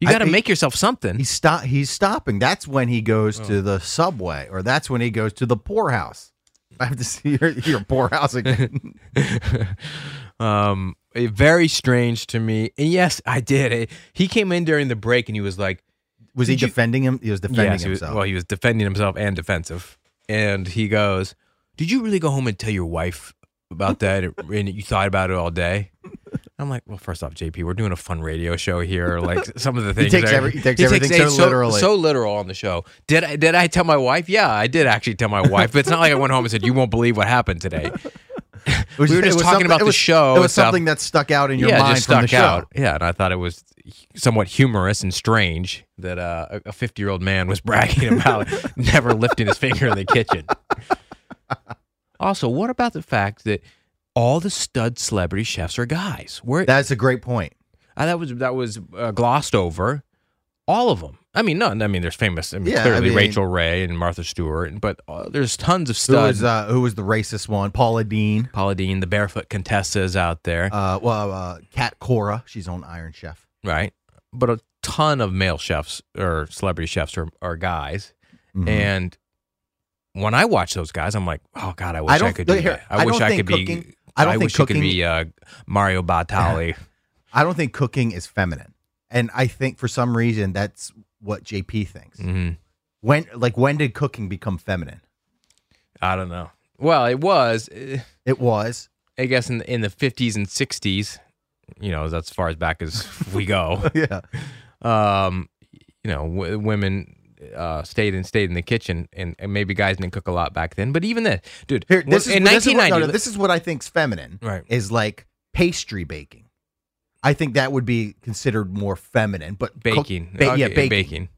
Speaker 1: You
Speaker 3: I-
Speaker 1: got to
Speaker 3: he-
Speaker 1: make yourself something.
Speaker 3: He's stop. He's stopping. That's when he goes
Speaker 1: Oh.
Speaker 3: to the subway, or that's when he goes to the poorhouse. I have to see your, your poorhouse again.
Speaker 1: um, eh, very strange to me. And yes, I did. Eh, He came in during the break and he was like,
Speaker 3: Was he
Speaker 1: Did you-
Speaker 3: defending him? He was defending
Speaker 1: Yes, he was-
Speaker 3: himself.
Speaker 1: well, he was defending himself and defensive. And he goes, "Did you really go home and tell your wife about that? and you thought about it all day?" I'm like, well, first off, JP, we're doing a fun radio show here. Like some of the things
Speaker 3: takes
Speaker 1: are-
Speaker 3: every- he takes everything so
Speaker 1: it
Speaker 3: literally.
Speaker 1: so literal on the show. Did I did I tell my wife? Yeah, I did actually tell my wife. But it's not like I went home and said, "You won't believe what happened today."
Speaker 3: It was-
Speaker 1: We were just
Speaker 3: it was
Speaker 1: talking
Speaker 3: something-
Speaker 1: about
Speaker 3: it
Speaker 1: the
Speaker 3: was-
Speaker 1: show
Speaker 3: It
Speaker 1: and
Speaker 3: was
Speaker 1: stuff.
Speaker 3: something that stuck out in your
Speaker 1: yeah, it
Speaker 3: mind
Speaker 1: just
Speaker 3: from the
Speaker 1: stuck
Speaker 3: show.
Speaker 1: out. Yeah, and I thought it was somewhat humorous and strange that uh, a 50 year old man was bragging about never lifting his finger in the kitchen. Also, what about the fact that all the stud celebrity chefs are guys? Where
Speaker 3: That's a great point.
Speaker 1: uh, that was that was uh, glossed over. All of them. I mean, none. I mean, there's famous. I mean,
Speaker 3: Yeah, I
Speaker 1: clearly
Speaker 3: mean-
Speaker 1: Rachel Ray and Martha Stewart, and- but uh, there's tons of
Speaker 3: Who was
Speaker 1: studs.
Speaker 3: uh, who was the racist one? Paula Dean.
Speaker 1: Paula Deen, the barefoot contessa is out there,
Speaker 3: Uh, well, uh, Kat Cora. She's on Iron Chef.
Speaker 1: right? But a ton of male chefs or celebrity chefs are, are guys.
Speaker 3: Mhm.
Speaker 1: And when I watch those guys, I'm like, oh god, I wish I,
Speaker 3: don't-
Speaker 1: could do
Speaker 3: here,
Speaker 1: that.
Speaker 3: I
Speaker 1: I, wish
Speaker 3: don't
Speaker 1: I
Speaker 3: think
Speaker 1: could be.
Speaker 3: cooking- I don't think
Speaker 1: wish
Speaker 3: cooking-
Speaker 1: you could be uh, Mario Batali.
Speaker 3: I don't think cooking is feminine, and I think for some reason that's what JP thinks.
Speaker 1: Mhm.
Speaker 3: When like when did cooking become feminine?
Speaker 1: I don't know. Well, it was. eh,
Speaker 3: It was.
Speaker 1: I guess in the, in the 50s and 60s, you know, that's as far as back as we go.
Speaker 3: Yeah.
Speaker 1: Um, you know, w- women uh, stayed and stayed in the kitchen, and, and maybe guys didn't cook a lot back then. But even then, dude,
Speaker 3: Here, this
Speaker 1: in
Speaker 3: is, this is what,
Speaker 1: 1990,
Speaker 3: no, no, this is what I think's feminine.
Speaker 1: Right.
Speaker 3: Is like pastry baking. I think that would be considered more feminine, but cook-
Speaker 1: baking,
Speaker 3: ba- yeah,
Speaker 1: Okay,
Speaker 3: baking.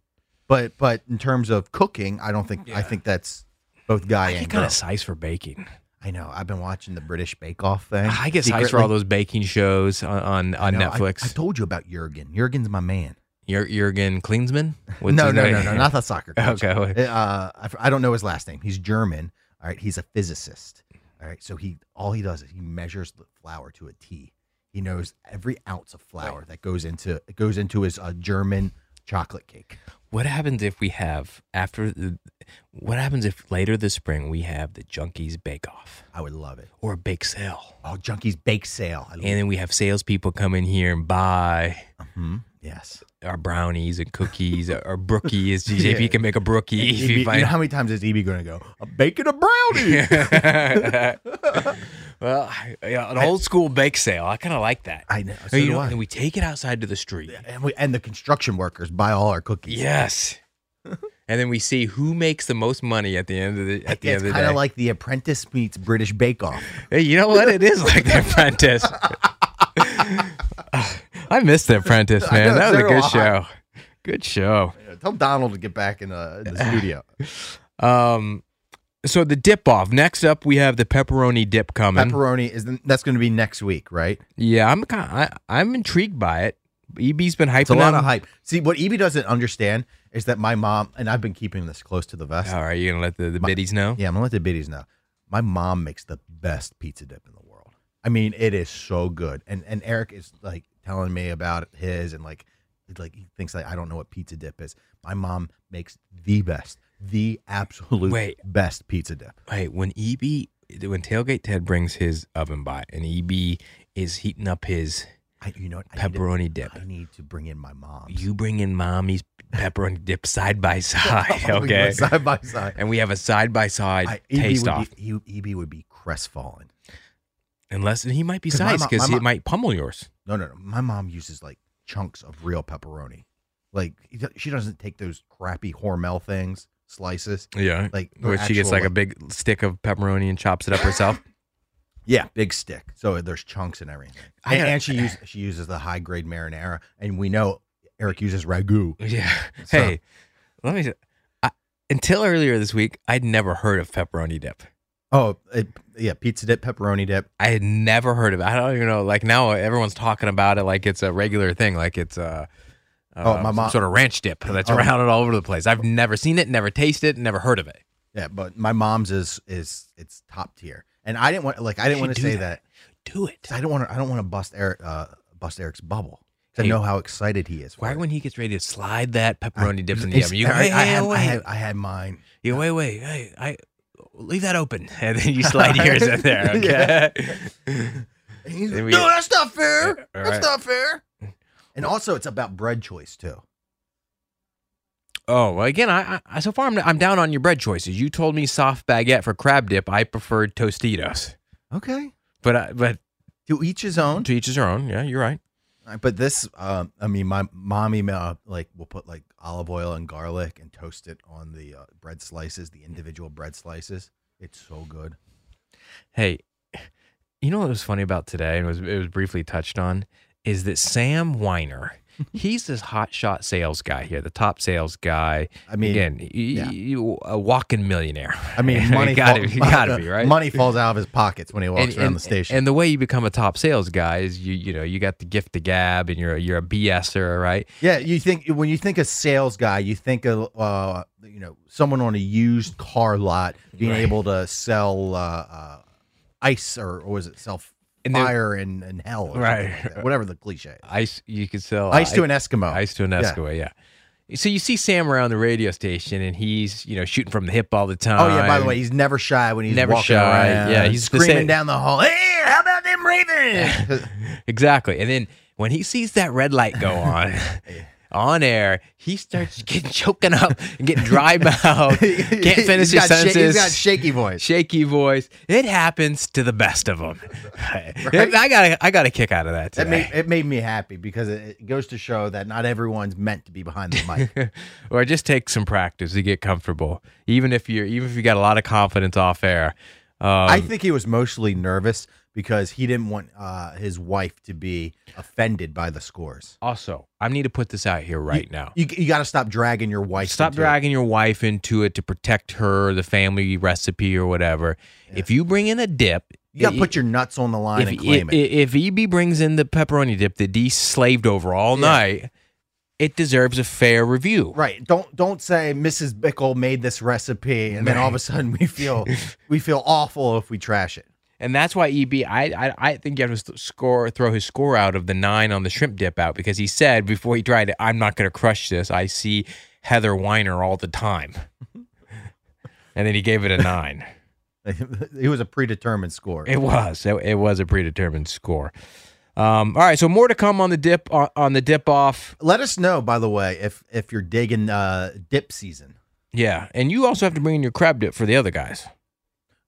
Speaker 3: But but in terms of cooking, I don't think I think that's both guy
Speaker 1: I
Speaker 3: and
Speaker 1: get
Speaker 3: girl.
Speaker 1: kind of size for baking. Ah,
Speaker 3: I know. I've been watching the British Bake Off thing.
Speaker 1: I get size for all
Speaker 3: secretly.
Speaker 1: those baking shows on on,
Speaker 3: I
Speaker 1: on
Speaker 3: know, I- I,
Speaker 1: Netflix.
Speaker 3: told you about Jurgen. Jurgen's my man.
Speaker 1: Jur- Jurgen Klinsmann. What's
Speaker 3: No,
Speaker 1: his
Speaker 3: no,
Speaker 1: name?
Speaker 3: no, no, not the soccer coach.
Speaker 1: Okay.
Speaker 3: Uh, I, f- I don't know his last name. He's German. All right. He's a physicist. All right. So he all he does is he measures the flour to a T. He knows every ounce of flour that goes into it goes into his uh, German chocolate cake.
Speaker 1: What happens if we have after? The, what happens if later this spring we have the Junkies Bake Off
Speaker 3: I would love it.
Speaker 1: or a bake sale?
Speaker 3: Oh, Junkie's bake sale. I love
Speaker 1: And then we have salespeople come in here and buy
Speaker 3: Mhm. Yes.
Speaker 1: our brownies and cookies or, or brookies. JP can make a brookie if
Speaker 3: EB
Speaker 1: you
Speaker 3: E you know
Speaker 1: find
Speaker 3: how many times is EB going to go? I'm baking a brownie.
Speaker 1: well, yeah, an old school bake sale. I kind of like that.
Speaker 3: I know,
Speaker 1: Or
Speaker 3: so
Speaker 1: you
Speaker 3: do
Speaker 1: know,
Speaker 3: I.
Speaker 1: And we take it outside to the street.
Speaker 3: and we and the construction workers buy all our cookies.
Speaker 1: Yes. and then we see who makes the most money at the end of the at the end
Speaker 3: it's
Speaker 1: of the
Speaker 3: kind
Speaker 1: day.
Speaker 3: of like The Apprentice meets British Bake Off.
Speaker 1: Hey, you know what? It is like The Apprentice. I missed The Apprentice,
Speaker 3: I
Speaker 1: man.
Speaker 3: know,
Speaker 1: that was
Speaker 3: so
Speaker 1: a good
Speaker 3: do I.
Speaker 1: show. Good show.
Speaker 3: Tell Donald to get back in, uh, in the studio.
Speaker 1: Um, so the dip off. Next up, we have the pepperoni dip coming.
Speaker 3: Pepperoni is that's going to be next week, right?
Speaker 1: yeah, I'm kind. I, I'm intrigued by it. EB's been hyping.
Speaker 3: It's a lot
Speaker 1: them.
Speaker 3: of hype. See, what EB doesn't understand is that my mom and I've been keeping this close to the vest.
Speaker 1: All right, you gonna let the, the biddies know?
Speaker 3: Yeah, I'm gonna let the biddies know. My mom makes the best pizza dip in the world. I mean, it is so good. And and Eric is like telling me about his and like like he thinks like I don't know what pizza dip is. My mom makes the best, the absolute
Speaker 1: Wait.
Speaker 3: best pizza dip.
Speaker 1: Hey, when EB, when Tailgate Ted brings his oven by, and EB is heating up his
Speaker 3: I, you know what? I need to-
Speaker 1: pepperoni dip,
Speaker 3: I need to bring in my mom.
Speaker 1: you bring in mommy's pepperoni dip side by side, okay?
Speaker 3: side by side.
Speaker 1: And we have a side by
Speaker 3: I-
Speaker 1: side
Speaker 3: EB
Speaker 1: taste
Speaker 3: would
Speaker 1: off.
Speaker 3: Be, you- EB would be crestfallen.
Speaker 1: Unless he might be
Speaker 3: 'Cause my
Speaker 1: sized
Speaker 3: mom-
Speaker 1: because
Speaker 3: my
Speaker 1: he
Speaker 3: mom-
Speaker 1: might pummel yours.
Speaker 3: No, no, no. My mom uses like chunks of real pepperoni. Like she doesn't take those crappy Hormel things, slices.
Speaker 1: Yeah.
Speaker 3: Like they're
Speaker 1: Where she gets
Speaker 3: actual,
Speaker 1: like a big stick of pepperoni and chops it up herself.
Speaker 3: yeah, big stick. So there's chunks and everything.
Speaker 1: I
Speaker 3: and,
Speaker 1: gotta-
Speaker 3: and she uses she uses the high grade marinara, and we know Eric uses ragu.
Speaker 1: yeah.
Speaker 3: So-
Speaker 1: Hey, let me. I, until earlier this week, I'd never heard of pepperoni dip.
Speaker 3: Oh, it, yeah, pizza dip, pepperoni dip.
Speaker 1: I had never heard of it. I don't even know. Like now, everyone's talking about it like it's a regular thing. Like it's a
Speaker 3: Oh, my mom-
Speaker 1: Uh, sort of ranch dip that's
Speaker 3: Oh.
Speaker 1: around all over the place. I've never seen it, never tasted, it, never heard of it.
Speaker 3: Yeah, but my mom's is is it's top tier. And I didn't want like I didn't
Speaker 1: should
Speaker 3: want to
Speaker 1: do
Speaker 3: say that.
Speaker 1: that. Do it.
Speaker 3: 'Cause I don't want to. I don't want to bust Eric. Uh, bust Eric's bubble.
Speaker 1: Hey.
Speaker 3: 'Cause I know how excited he is. For
Speaker 1: Why
Speaker 3: it.
Speaker 1: when he gets ready to slide that pepperoni dip in the
Speaker 3: It's-
Speaker 1: oven, you go,
Speaker 3: Eric,
Speaker 1: hey,
Speaker 3: I,
Speaker 1: hey,
Speaker 3: had, I,
Speaker 1: wait,
Speaker 3: had, I had mine.
Speaker 1: you wait, wait, hey, I leave that open, and then you slide yours in there. Okay.
Speaker 3: And he's
Speaker 1: Then
Speaker 3: like,
Speaker 1: we-
Speaker 3: no, that's not fair.
Speaker 1: Yeah, all
Speaker 3: that's
Speaker 1: right.
Speaker 3: not fair. And also, it's about bread choice too.
Speaker 1: Oh, well, again, I, I so far I'm, I'm down on your bread choices. You told me soft baguette for crab dip. I preferred Tostitos,
Speaker 3: Okay.
Speaker 1: but I, but
Speaker 3: to each his own.
Speaker 1: To each his own. Yeah, you're right.
Speaker 3: Uh, But this, um, I mean, my mommy uh, like will put like olive oil and garlic and toast it on the uh, bread slices, the individual bread slices. It's so good.
Speaker 1: Hey, you know what was funny about today, and it was it was briefly touched on, is that Sam Weiner, he's this hot shot sales guy here, the top sales guy.
Speaker 3: I mean,
Speaker 1: again, y-
Speaker 3: yeah.
Speaker 1: y- a walking millionaire.
Speaker 3: I mean, money
Speaker 1: got
Speaker 3: fall-
Speaker 1: to got to be right.
Speaker 3: Money falls out of his pockets when he walks around the station.
Speaker 1: And the way you become a top sales guy is you you know you got the gift of gab, and you're a- you're a BSer, right?
Speaker 3: yeah, you think when you think of sales guy, you think of uh, you know someone on a used car lot being
Speaker 1: Right.
Speaker 3: able to sell uh, uh, ice or, or was it self
Speaker 1: And then-
Speaker 3: fire and, and hell, or something
Speaker 1: Right.
Speaker 3: like that, whatever the cliche. is.
Speaker 1: Ice, you could sell uh,
Speaker 3: Ice to an Eskimo.
Speaker 1: Ice to an
Speaker 3: Yeah.
Speaker 1: Eskimo, yeah. So you see Sam around the radio station, and he's you know shooting from the hip all the time.
Speaker 3: Oh yeah, by the way, he's never shy when he's
Speaker 1: Never
Speaker 3: walking
Speaker 1: shy,
Speaker 3: around.
Speaker 1: yeah, he's the
Speaker 3: screaming
Speaker 1: same-
Speaker 3: down the hall. Hey, how about them Ravens?
Speaker 1: Exactly. And then when he sees that red light go on on air, he starts getting choking up and getting dry mouth. Can't finish
Speaker 3: He's
Speaker 1: his
Speaker 3: got sha-
Speaker 1: sentences.
Speaker 3: he's got shaky voice.
Speaker 1: Shaky voice. It happens to the best of them. I got a, I got a kick out of that
Speaker 3: That
Speaker 1: today.
Speaker 3: made, it made me happy because it, it goes to show that not everyone's meant to be behind the mic.
Speaker 1: or just take some practice to get comfortable. Even if you're even if you got a lot of confidence off air. Um,
Speaker 3: I think he was mostly nervous because he didn't want uh, his wife to be offended by the scores.
Speaker 1: also, I need to put this out here right now.
Speaker 3: You, you got to stop dragging your wife.
Speaker 1: Stop
Speaker 3: into it.
Speaker 1: dragging your wife into it to protect her, the family recipe or whatever. If you bring in a dip,
Speaker 3: You got to put your nuts on the line
Speaker 1: if,
Speaker 3: and claim
Speaker 1: if, if
Speaker 3: it.
Speaker 1: EB brings in the pepperoni dip that D slaved over all
Speaker 3: Yeah.
Speaker 1: night, it deserves a fair review.
Speaker 3: Right. Don't don't say Mrs. Bickle made this recipe and then all of a sudden we feel we feel awful if we trash it.
Speaker 1: And that's why EB, I, I, I think you have to s- score, throw his score out of the nine on the shrimp dip out because he said before he tried it, I'm not going to crush this. I see Heather Weiner all the time. and then he gave it a nine.
Speaker 3: it was a predetermined score.
Speaker 1: It was. It, it was a predetermined score. Um, all right, so more to come on the dip on, on the dip off.
Speaker 3: Let us know, by the way, if if you're digging uh, dip season.
Speaker 1: Yeah, and you also have to bring in your crab dip for the other guys.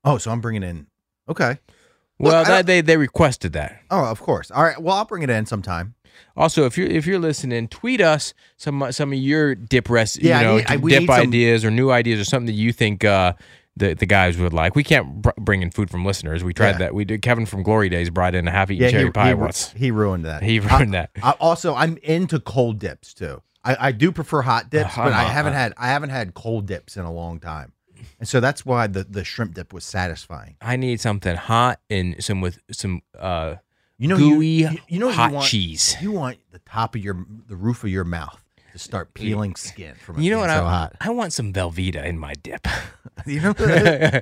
Speaker 3: Oh, so I'm bringing in. Okay.
Speaker 1: Well,
Speaker 3: I
Speaker 1: that
Speaker 3: don't-
Speaker 1: they they requested that.
Speaker 3: Oh, of course. All right. Well, I'll bring it in sometime.
Speaker 1: Also, if you're if you're listening, tweet us some uh, some of your dip rest,
Speaker 3: Yeah, I
Speaker 1: you know,
Speaker 3: need- I- we
Speaker 1: dip
Speaker 3: need some-
Speaker 1: ideas or new ideas or something that you think uh, the the guys would like. We can't br- bring in food from listeners. We tried
Speaker 3: Yeah.
Speaker 1: that. We did. Kevin from Glory Days brought in a half-eaten
Speaker 3: Yeah,
Speaker 1: cherry
Speaker 3: he,
Speaker 1: pie
Speaker 3: he, ru-
Speaker 1: once.
Speaker 3: he ruined that.
Speaker 1: He ruined that.
Speaker 3: I, also, I'm into cold dips too. I, I do prefer hot dips,
Speaker 1: Uh,
Speaker 3: but I
Speaker 1: I'm, uh,
Speaker 3: haven't had I haven't had cold dips in a long time, and so that's why the the shrimp dip was satisfying.
Speaker 1: I need something hot and some with some uh,
Speaker 3: You know, you-
Speaker 1: gooey
Speaker 3: you, you know,
Speaker 1: hot
Speaker 3: you want,
Speaker 1: cheese.
Speaker 3: You want the top of your the roof of your mouth to start peeling skin from it
Speaker 1: You know
Speaker 3: being
Speaker 1: what?
Speaker 3: so
Speaker 1: I,
Speaker 3: hot.
Speaker 1: I want some Velveeta in my dip.
Speaker 3: You know,
Speaker 1: All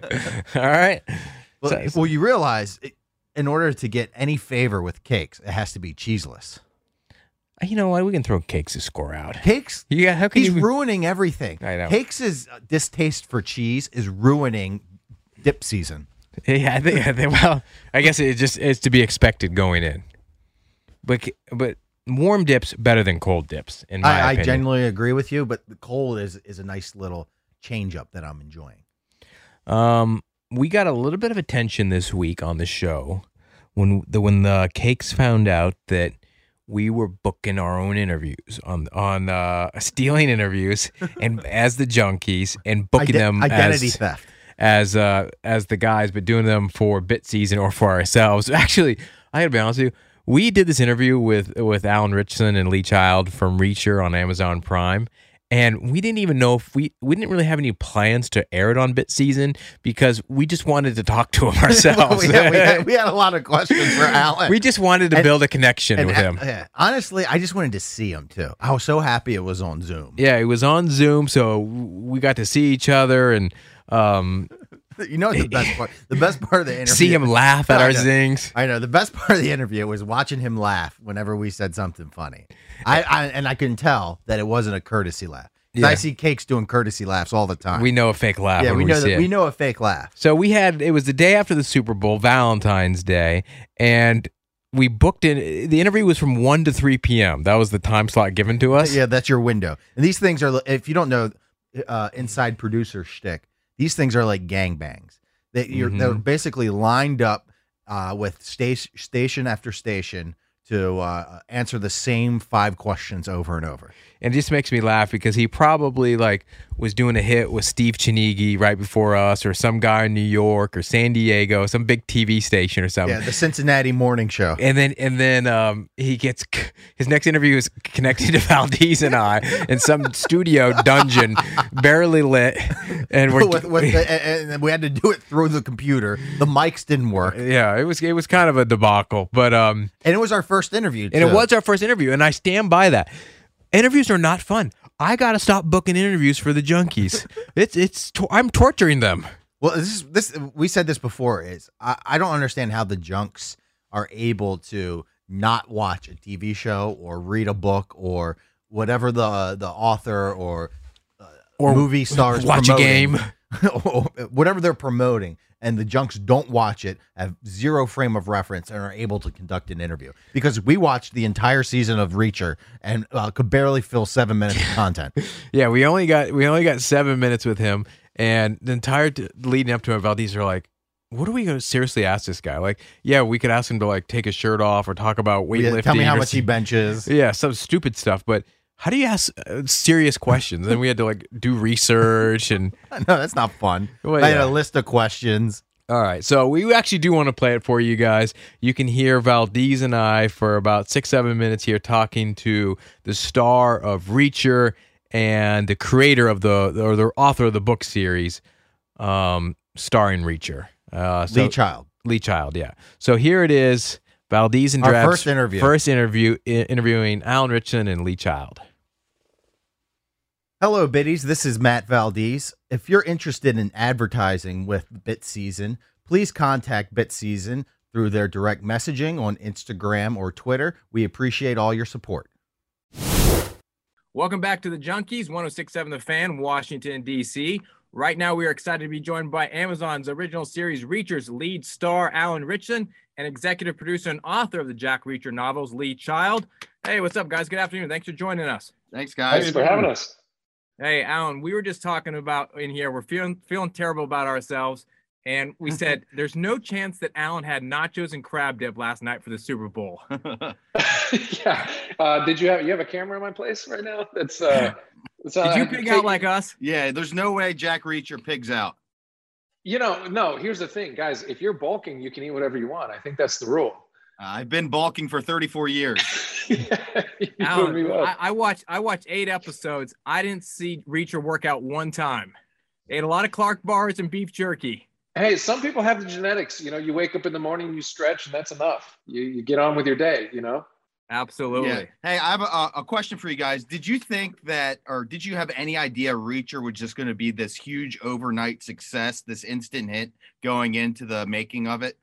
Speaker 1: right. Uh,
Speaker 3: well,
Speaker 1: So-
Speaker 3: well, you realize it, in order to get any favor with cakes, it has to be cheeseless.
Speaker 1: You know what? We can throw cakes to score out.
Speaker 3: Cakes,
Speaker 1: Yeah. How can
Speaker 3: he's
Speaker 1: you?
Speaker 3: ruining everything.
Speaker 1: I know.
Speaker 3: Cakes' uh, distaste for cheese is ruining dip season.
Speaker 1: Yeah. I think, I think- well, I guess it just it's to be expected going in. But c- but warm dips better than cold dips in my
Speaker 3: I, I
Speaker 1: opinion.
Speaker 3: genuinely agree with you, but the cold is is a nice little change up that I'm enjoying.
Speaker 1: Um, we got a little bit of attention this week on the show when the when the cakes found out that we were booking our own interviews on on uh, stealing interviews and as the junkies and booking
Speaker 3: Ide-
Speaker 1: them
Speaker 3: identity
Speaker 1: as,
Speaker 3: theft.
Speaker 1: as uh as the guys, but doing them for bit season or for ourselves. Actually, I gotta be honest with you. We did this interview with with Alan Richardson and Lee Child from Reacher on Amazon Prime, and we didn't even know if we we didn't really have any plans to air it on bit season because we just wanted to talk to him
Speaker 3: Well,
Speaker 1: ourselves.
Speaker 3: we, had, we, had, we had a lot of questions for Alan.
Speaker 1: We just wanted to
Speaker 3: And-
Speaker 1: build a connection
Speaker 3: And,
Speaker 1: with
Speaker 3: uh,
Speaker 1: him.
Speaker 3: yeah, honestly, I just wanted to see him too. I was so happy it was on Zoom.
Speaker 1: yeah, it was on Zoom, so we got to see each other and um,
Speaker 3: You know what the best part? The best part of the interview.
Speaker 1: see him laugh at
Speaker 3: I
Speaker 1: our
Speaker 3: know.
Speaker 1: zings.
Speaker 3: I know the best part of the interview was watching him laugh whenever we said something funny. I, I and I can tell that it wasn't a courtesy laugh. 'Cause I
Speaker 1: Yeah.
Speaker 3: see cakes doing courtesy laughs all the time.
Speaker 1: We know a fake laugh.
Speaker 3: yeah,
Speaker 1: when
Speaker 3: we know
Speaker 1: see
Speaker 3: that
Speaker 1: it.
Speaker 3: we know a fake laugh.
Speaker 1: So we had it was the day after the Super Bowl, Valentine's Day, and we booked in. The interview was from one to three p.m. That was the time slot given to us.
Speaker 3: Uh, Yeah, that's your window. And these things are if you don't know uh, inside
Speaker 1: Mm-hmm.
Speaker 3: producer shtick, these things are like gangbangs. They you're they're basically lined up. uh, with sta- station after station to uh, answer the same five questions over and over.
Speaker 1: And it just makes me laugh because he probably like was doing a hit with Steve Chinigi right before us, or some guy in New York or San Diego, some big TV station or something.
Speaker 3: Yeah, the Cincinnati Morning Show.
Speaker 1: And then and then um, he gets c- his next interview is connected to Valdez and I in some studio dungeon, barely lit, and we're
Speaker 3: with, with the, and and we had to do it through the computer. The mics didn't work, and
Speaker 1: yeah, it was it was kind of a debacle, but um,
Speaker 3: it was our first interview.
Speaker 1: and it
Speaker 3: too.
Speaker 1: was our first interview, and I stand by that. Interviews are not fun. I gotta stop booking interviews for the junkies. it's it's tor- I'm torturing them.
Speaker 3: Well, this is this we said this before is I, I don't understand how the junks are able to not watch a TV show or read a book or whatever the the author or uh,
Speaker 1: Or
Speaker 3: movie stars
Speaker 1: watch a
Speaker 3: promoting,
Speaker 1: game.
Speaker 3: or whatever they're promoting and the junks don't watch it have zero frame of reference and are able to conduct an interview because we watched the entire season of Reacher and uh, could barely fill seven minutes of content.
Speaker 1: Yeah, we only got we only got seven minutes with him, and the entire t- leading up to it, Valdez are like, "What are we going to seriously ask this guy?" Like, yeah, we could ask him to like take his shirt off or talk about weightlifting.
Speaker 3: Yeah, Tell me how
Speaker 1: or
Speaker 3: much he benches.
Speaker 1: Yeah, some stupid stuff, but. How do you ask uh, serious questions? And then we had to like do research and
Speaker 3: no, that's not fun.
Speaker 1: Well,
Speaker 3: I had
Speaker 1: yeah.
Speaker 3: a list of questions.
Speaker 1: All right, so we actually do want to play it for you guys. You can hear Valdez and I for about six, seven minutes here talking to the star of Reacher and the creator of the or the author of the book series, um, starring Reacher. Uh, so,
Speaker 3: Lee Child.
Speaker 1: Lee Child, yeah. So here it is, Valdez and
Speaker 3: Our
Speaker 1: Drax,
Speaker 3: first interview.
Speaker 1: first interview i- interviewing Alan Richson and Lee Child.
Speaker 3: Hello, biddies. This is Matt Valdez. If you're interested in advertising with Bit Season, please contact Bit Season through their direct messaging on Instagram or Twitter. We appreciate all your support.
Speaker 6: Welcome back to the Junkies, 1067 The Fan, Washington, D.C. Right now, we are excited to be joined by Amazon's original series Reacher's lead star, Alan Richson, and executive producer and author of the Jack Reacher novels, Lee Child. Hey, what's up, guys? Good afternoon. Thanks for joining us.
Speaker 7: Thanks, guys.
Speaker 8: Thanks for having us.
Speaker 6: Hey, Alan, we were just talking about in here, we're feeling, feeling terrible about ourselves. And we said, there's no chance that Alan had nachos and crab dip last night for the Super Bowl.
Speaker 8: yeah. Uh, did you have you have a camera in my place right now? That's uh, it's, uh
Speaker 6: Did you pig out like us?
Speaker 7: yeah, there's no way Jack Reacher pigs out.
Speaker 8: you know? No. Here's the thing, guys. If you're bulking, you can eat whatever you want. I think that's the rule.
Speaker 6: Uh,
Speaker 7: I've been bulking for 34 years.
Speaker 8: You
Speaker 6: Alan,
Speaker 8: blew me up.
Speaker 6: I, I watched I watched eight episodes. I didn't see Reacher work out one time. Ate a lot of Clark bars and beef jerky.
Speaker 8: hey, some people have the genetics. You know, you wake up in the morning, you stretch, and that's enough. You you get on with your day. You know.
Speaker 6: Absolutely.
Speaker 7: Yeah. Hey, I have a, a question for you guys. Did you think that, or did you have any idea Reacher was just going to be this huge overnight success, this instant hit going into the making of it?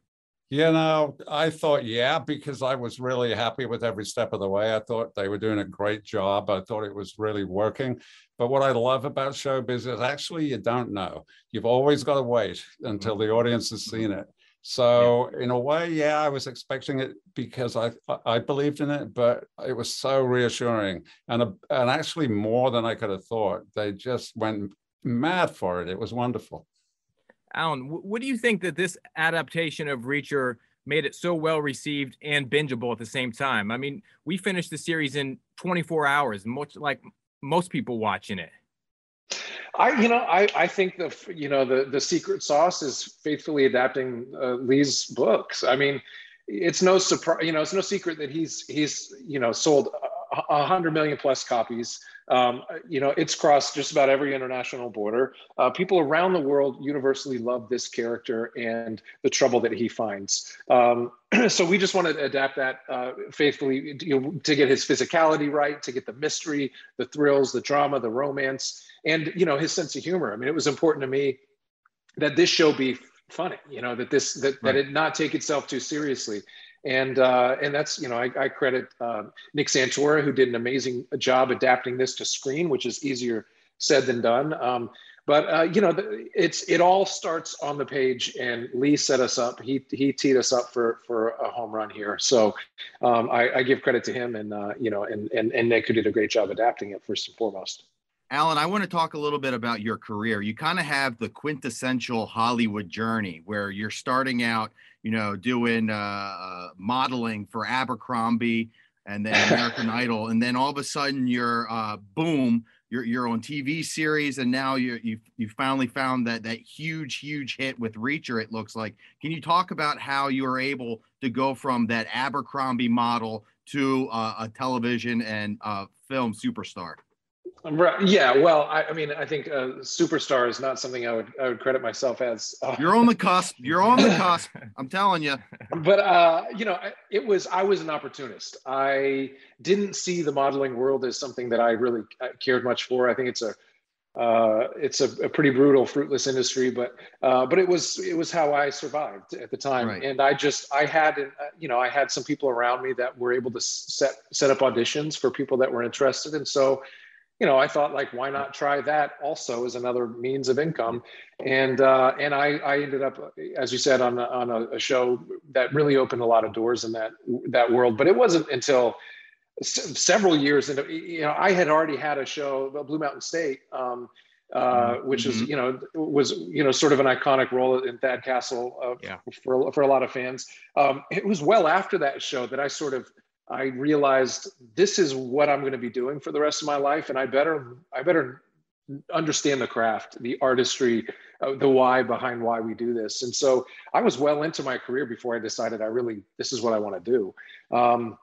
Speaker 9: You know, I thought, yeah, because I was really happy with every step of the way. I thought they were doing a great job. I thought it was really working. But what I love about showbiz is actually you don't know. You've always got to wait until the audience has seen it. So in a way, yeah, I was expecting it because I I- I believed in it, but it was so reassuring and a, and actually more than I could have thought. They just went mad for it. It was wonderful.
Speaker 6: Alan, wh- what do you think that this adaptation of Reacher made it so well received and bingeable at the same time? I mean, we finished the series in 24 hours, much like most people watching it.
Speaker 8: I, you know, I, I think the, you know, the, the secret sauce is faithfully adapting uh, Lee's books. I mean, it's no surprise, you know, it's no secret that he's, he's, you know, sold a- a hundred million plus copies. Um, you know, it's crossed just about every international border. Uh, people around the world universally love this character and the trouble that he finds. Um, so we just want to adapt that uh, faithfully you know, to get his physicality right, to get the mystery, the thrills, the drama, the romance, and you know his sense of humor. I mean, it was important to me that this show be funny. You know that this that, that it not take itself too seriously, and uh, and that's you know I, I credit um, Nick Santora who did an amazing job adapting this to screen, which is easier said than done. Um, but uh, you know, the- it's it all starts on the page, and Lee set us up. He he teed us up for for a home run here. So um, I, I give credit to him, and uh, you know, and, and and Nick who did a great job adapting it first and foremost.
Speaker 3: Alan, I want to talk a little bit about your career. You kind of have the quintessential Hollywood journey where you're starting out, you know, doing uh, uh, modeling for Abercrombie and then American Idol, and then all of a sudden you're uh, boom, you're you're on TV series, and now you you you finally found that that huge huge hit with Reacher. It looks like. Can you talk about how you were able to go from that Abercrombie model to uh, a television and uh, film superstar?
Speaker 8: Right. Yeah. Well, I, I mean, I think uh, superstar is not something I would I would credit myself as. Uh,
Speaker 3: You're on the cusp. You're on the cusp. I'm telling you.
Speaker 8: but uh, you know, I- it was I was an opportunist. I didn't see the modeling world as something that I really uh, cared much for. I think it's a uh, it's a, a pretty brutal, fruitless industry, but uh, but it was it was how I survived at the time.
Speaker 3: Right.
Speaker 8: And I just I had uh, you know I had some people around me that were able to s- set set up auditions for people that were interested, and so you know, I thought like, why not try that also as another means of income? And uh, and I, I ended up, as you said, on a, on a, a show that really opened a lot of doors in that that world. But it wasn't until se- several years into, you know, I had already had a show, Blue Mountain State, um, uh, which is you know was you know sort of an iconic role in Thad Castle uh, for for a lot of fans. Um, it was well after that show that I sort of I realized this is what I'm going to be doing for the rest of my life, and I better I better understand the craft, the artistry, uh, the why behind why we do this. And so I was well into my career before I decided I really this is what I want to do. Um,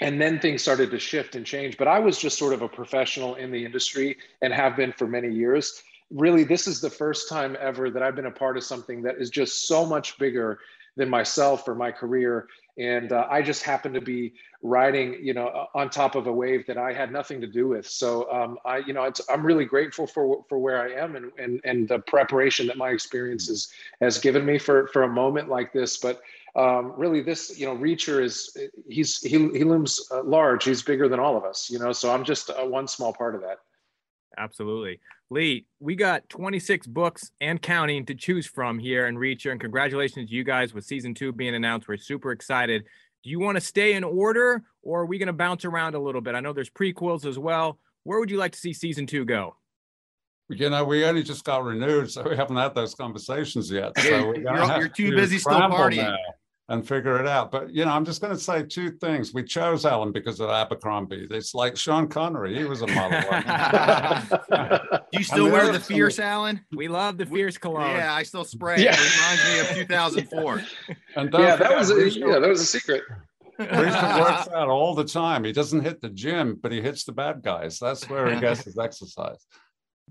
Speaker 8: and then things started to shift and change but i was just sort of a professional in the industry and have been for many years really this is the first time ever that i've been a part of something that is just so much bigger than myself or my career and uh, i just happened to be riding you know uh, on top of a wave that i had nothing to do with so um, i you know it's, i'm really grateful for for where i am and and, and the preparation that my experience has has given me for for a moment like this but um, really this you know reacher is he's he, he looms uh, large he's bigger than all of us you know so i'm just uh, one small part of that
Speaker 1: Absolutely. Lee, we got 26 books and counting to choose from here in Reacher. And congratulations to you guys with season two being announced. We're super excited. Do you want to stay in order or are we going to bounce around a little bit? I know there's prequels as well. Where would you like to see season two go?
Speaker 4: You know, we only just got renewed, so we haven't had those conversations yet.
Speaker 3: Yeah,
Speaker 4: So we're, gonna
Speaker 3: you're-
Speaker 4: have
Speaker 3: you're
Speaker 4: to
Speaker 3: too busy still
Speaker 4: scramble
Speaker 3: partying.
Speaker 4: now And figure it out. But, you know, I'm just going to say two things. We chose Alan because of Abercrombie. It's like Sean Connery. He was a model.
Speaker 3: Do you
Speaker 4: And
Speaker 3: still wear
Speaker 4: other
Speaker 3: the
Speaker 4: thing-
Speaker 3: fierce, Alan?
Speaker 1: We love the fierce cologne.
Speaker 3: Yeah, I still spray. it.
Speaker 4: Yeah.
Speaker 3: It reminds me of 2004.
Speaker 4: And don't
Speaker 3: Yeah, that
Speaker 4: forget,
Speaker 3: was a-
Speaker 4: Reacher-
Speaker 3: yeah, that was
Speaker 8: a secret.
Speaker 4: Reacher works out all the time. He doesn't hit the gym, but he hits the bad guys. That's where he gets his exercise.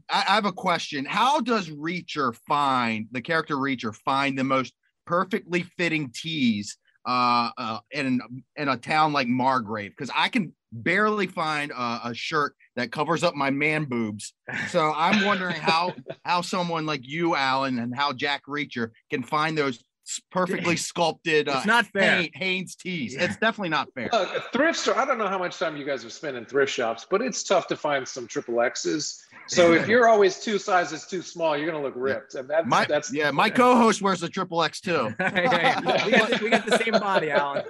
Speaker 3: I, I have a question. How does Reacher find the character Reacher find the most perfectly fitting tees uh, uh, in in a town like Margrave? Because I can barely find a, a shirt that covers up my man boobs. So I'm wondering how how someone like you, Alan, and how Jack Reacher can find those s- perfectly sculpted.
Speaker 8: It's not fair.
Speaker 3: Hay- Haynes tees. It's definitely not fair.
Speaker 8: Look, thrift store i don't know how much time you guys have spent in thrift shops but it's tough to find some triple x's so if you're always two sizes too small you're going to look ripped and that,
Speaker 3: My,
Speaker 8: that's
Speaker 3: yeah, my co-host wears a triple X too.
Speaker 1: we, got the, we got the same body, Alan.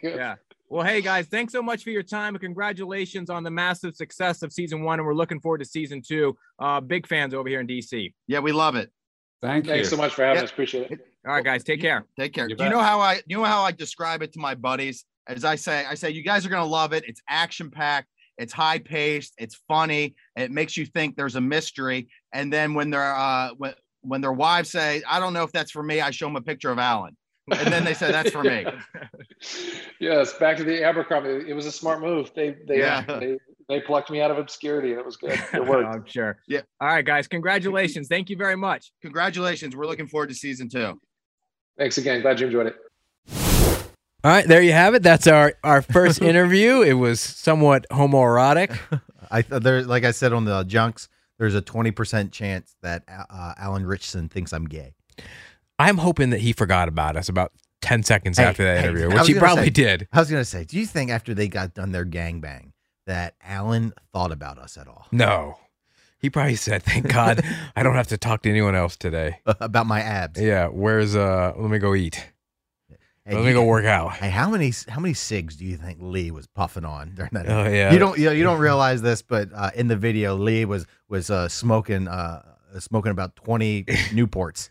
Speaker 1: Yeah. Well, hey guys, thanks so much for your time and congratulations on the massive success of season one. And we're looking forward to season two. Uh, big fans over here in DC.
Speaker 3: Yeah, we love it.
Speaker 4: Thank
Speaker 8: Thanks so much for having
Speaker 3: Yeah.
Speaker 8: us. Appreciate it.
Speaker 1: All right, guys, take care.
Speaker 3: Take care.
Speaker 1: You
Speaker 3: Do you
Speaker 1: bet.
Speaker 3: know how I you know how I describe it to my buddies? As I say, I say you guys are gonna love it. It's action packed, it's high paced, it's funny, it makes you think there's a mystery. And then when their uh when when their wives say, I don't know if that's for me, I show them a picture of Alan. And then they say that's for me.
Speaker 8: Yes, back to the Abercrombie. It was a smart move. They they
Speaker 1: Yeah.
Speaker 8: they, they plucked me out of obscurity. That was good. It worked.
Speaker 1: I'm sure.
Speaker 3: Yeah.
Speaker 1: All right, guys, congratulations. Thank you very much.
Speaker 3: Congratulations. We're looking forward to season two.
Speaker 8: Thanks again. Glad you enjoyed it.
Speaker 10: All right, there you have it. That's our our first interview. It was somewhat homoerotic.
Speaker 11: I th- there, like I said on the junks, there's a twenty percent chance that uh, Alan Richson thinks I'm gay.
Speaker 10: I'm hoping that he forgot about us about ten seconds after that
Speaker 11: Hey,
Speaker 10: interview,
Speaker 11: I
Speaker 10: which
Speaker 11: was
Speaker 10: he
Speaker 11: gonna
Speaker 10: probably
Speaker 11: say-
Speaker 10: did.
Speaker 11: I was gonna say, do you think after they got done their gangbang that Alan thought about us at all?
Speaker 10: No, he probably said, "Thank God, I don't have to talk to anyone else today
Speaker 11: about my abs."
Speaker 10: Yeah, where's uh? Let me go eat.
Speaker 1: Let me go work out.
Speaker 3: Hey, how many how many cigs do you think Lee was puffing on during that?
Speaker 1: Oh, yeah.
Speaker 3: You don't you, know, you don't realize this, but uh, in the video, Lee was was uh, smoking uh, smoking about twenty Newports.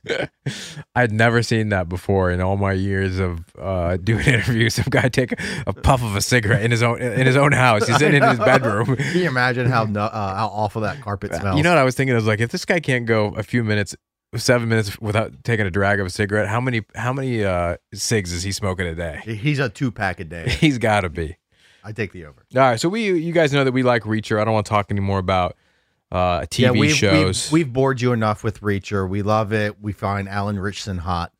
Speaker 1: I'd never seen that before in all my years of uh, doing interviews. Some guy take a puff of a cigarette in his own in his own house. He's sitting in his bedroom.
Speaker 3: Can you imagine how nu- uh, how awful that carpet smells?
Speaker 1: You know what I was thinking? I was like, if this guy can't go a few minutes, seven minutes without taking a drag of a cigarette, how many how many uh, cigs is he smoking a day?
Speaker 3: He's a two pack a day.
Speaker 1: He's got to be.
Speaker 3: I take the over.
Speaker 1: All right, so we you guys know that we like Reacher. I don't want to talk anymore about uh, TV
Speaker 3: we've,
Speaker 1: shows.
Speaker 3: We've, we've bored you enough with Reacher. We love it. We find Alan Richson hot.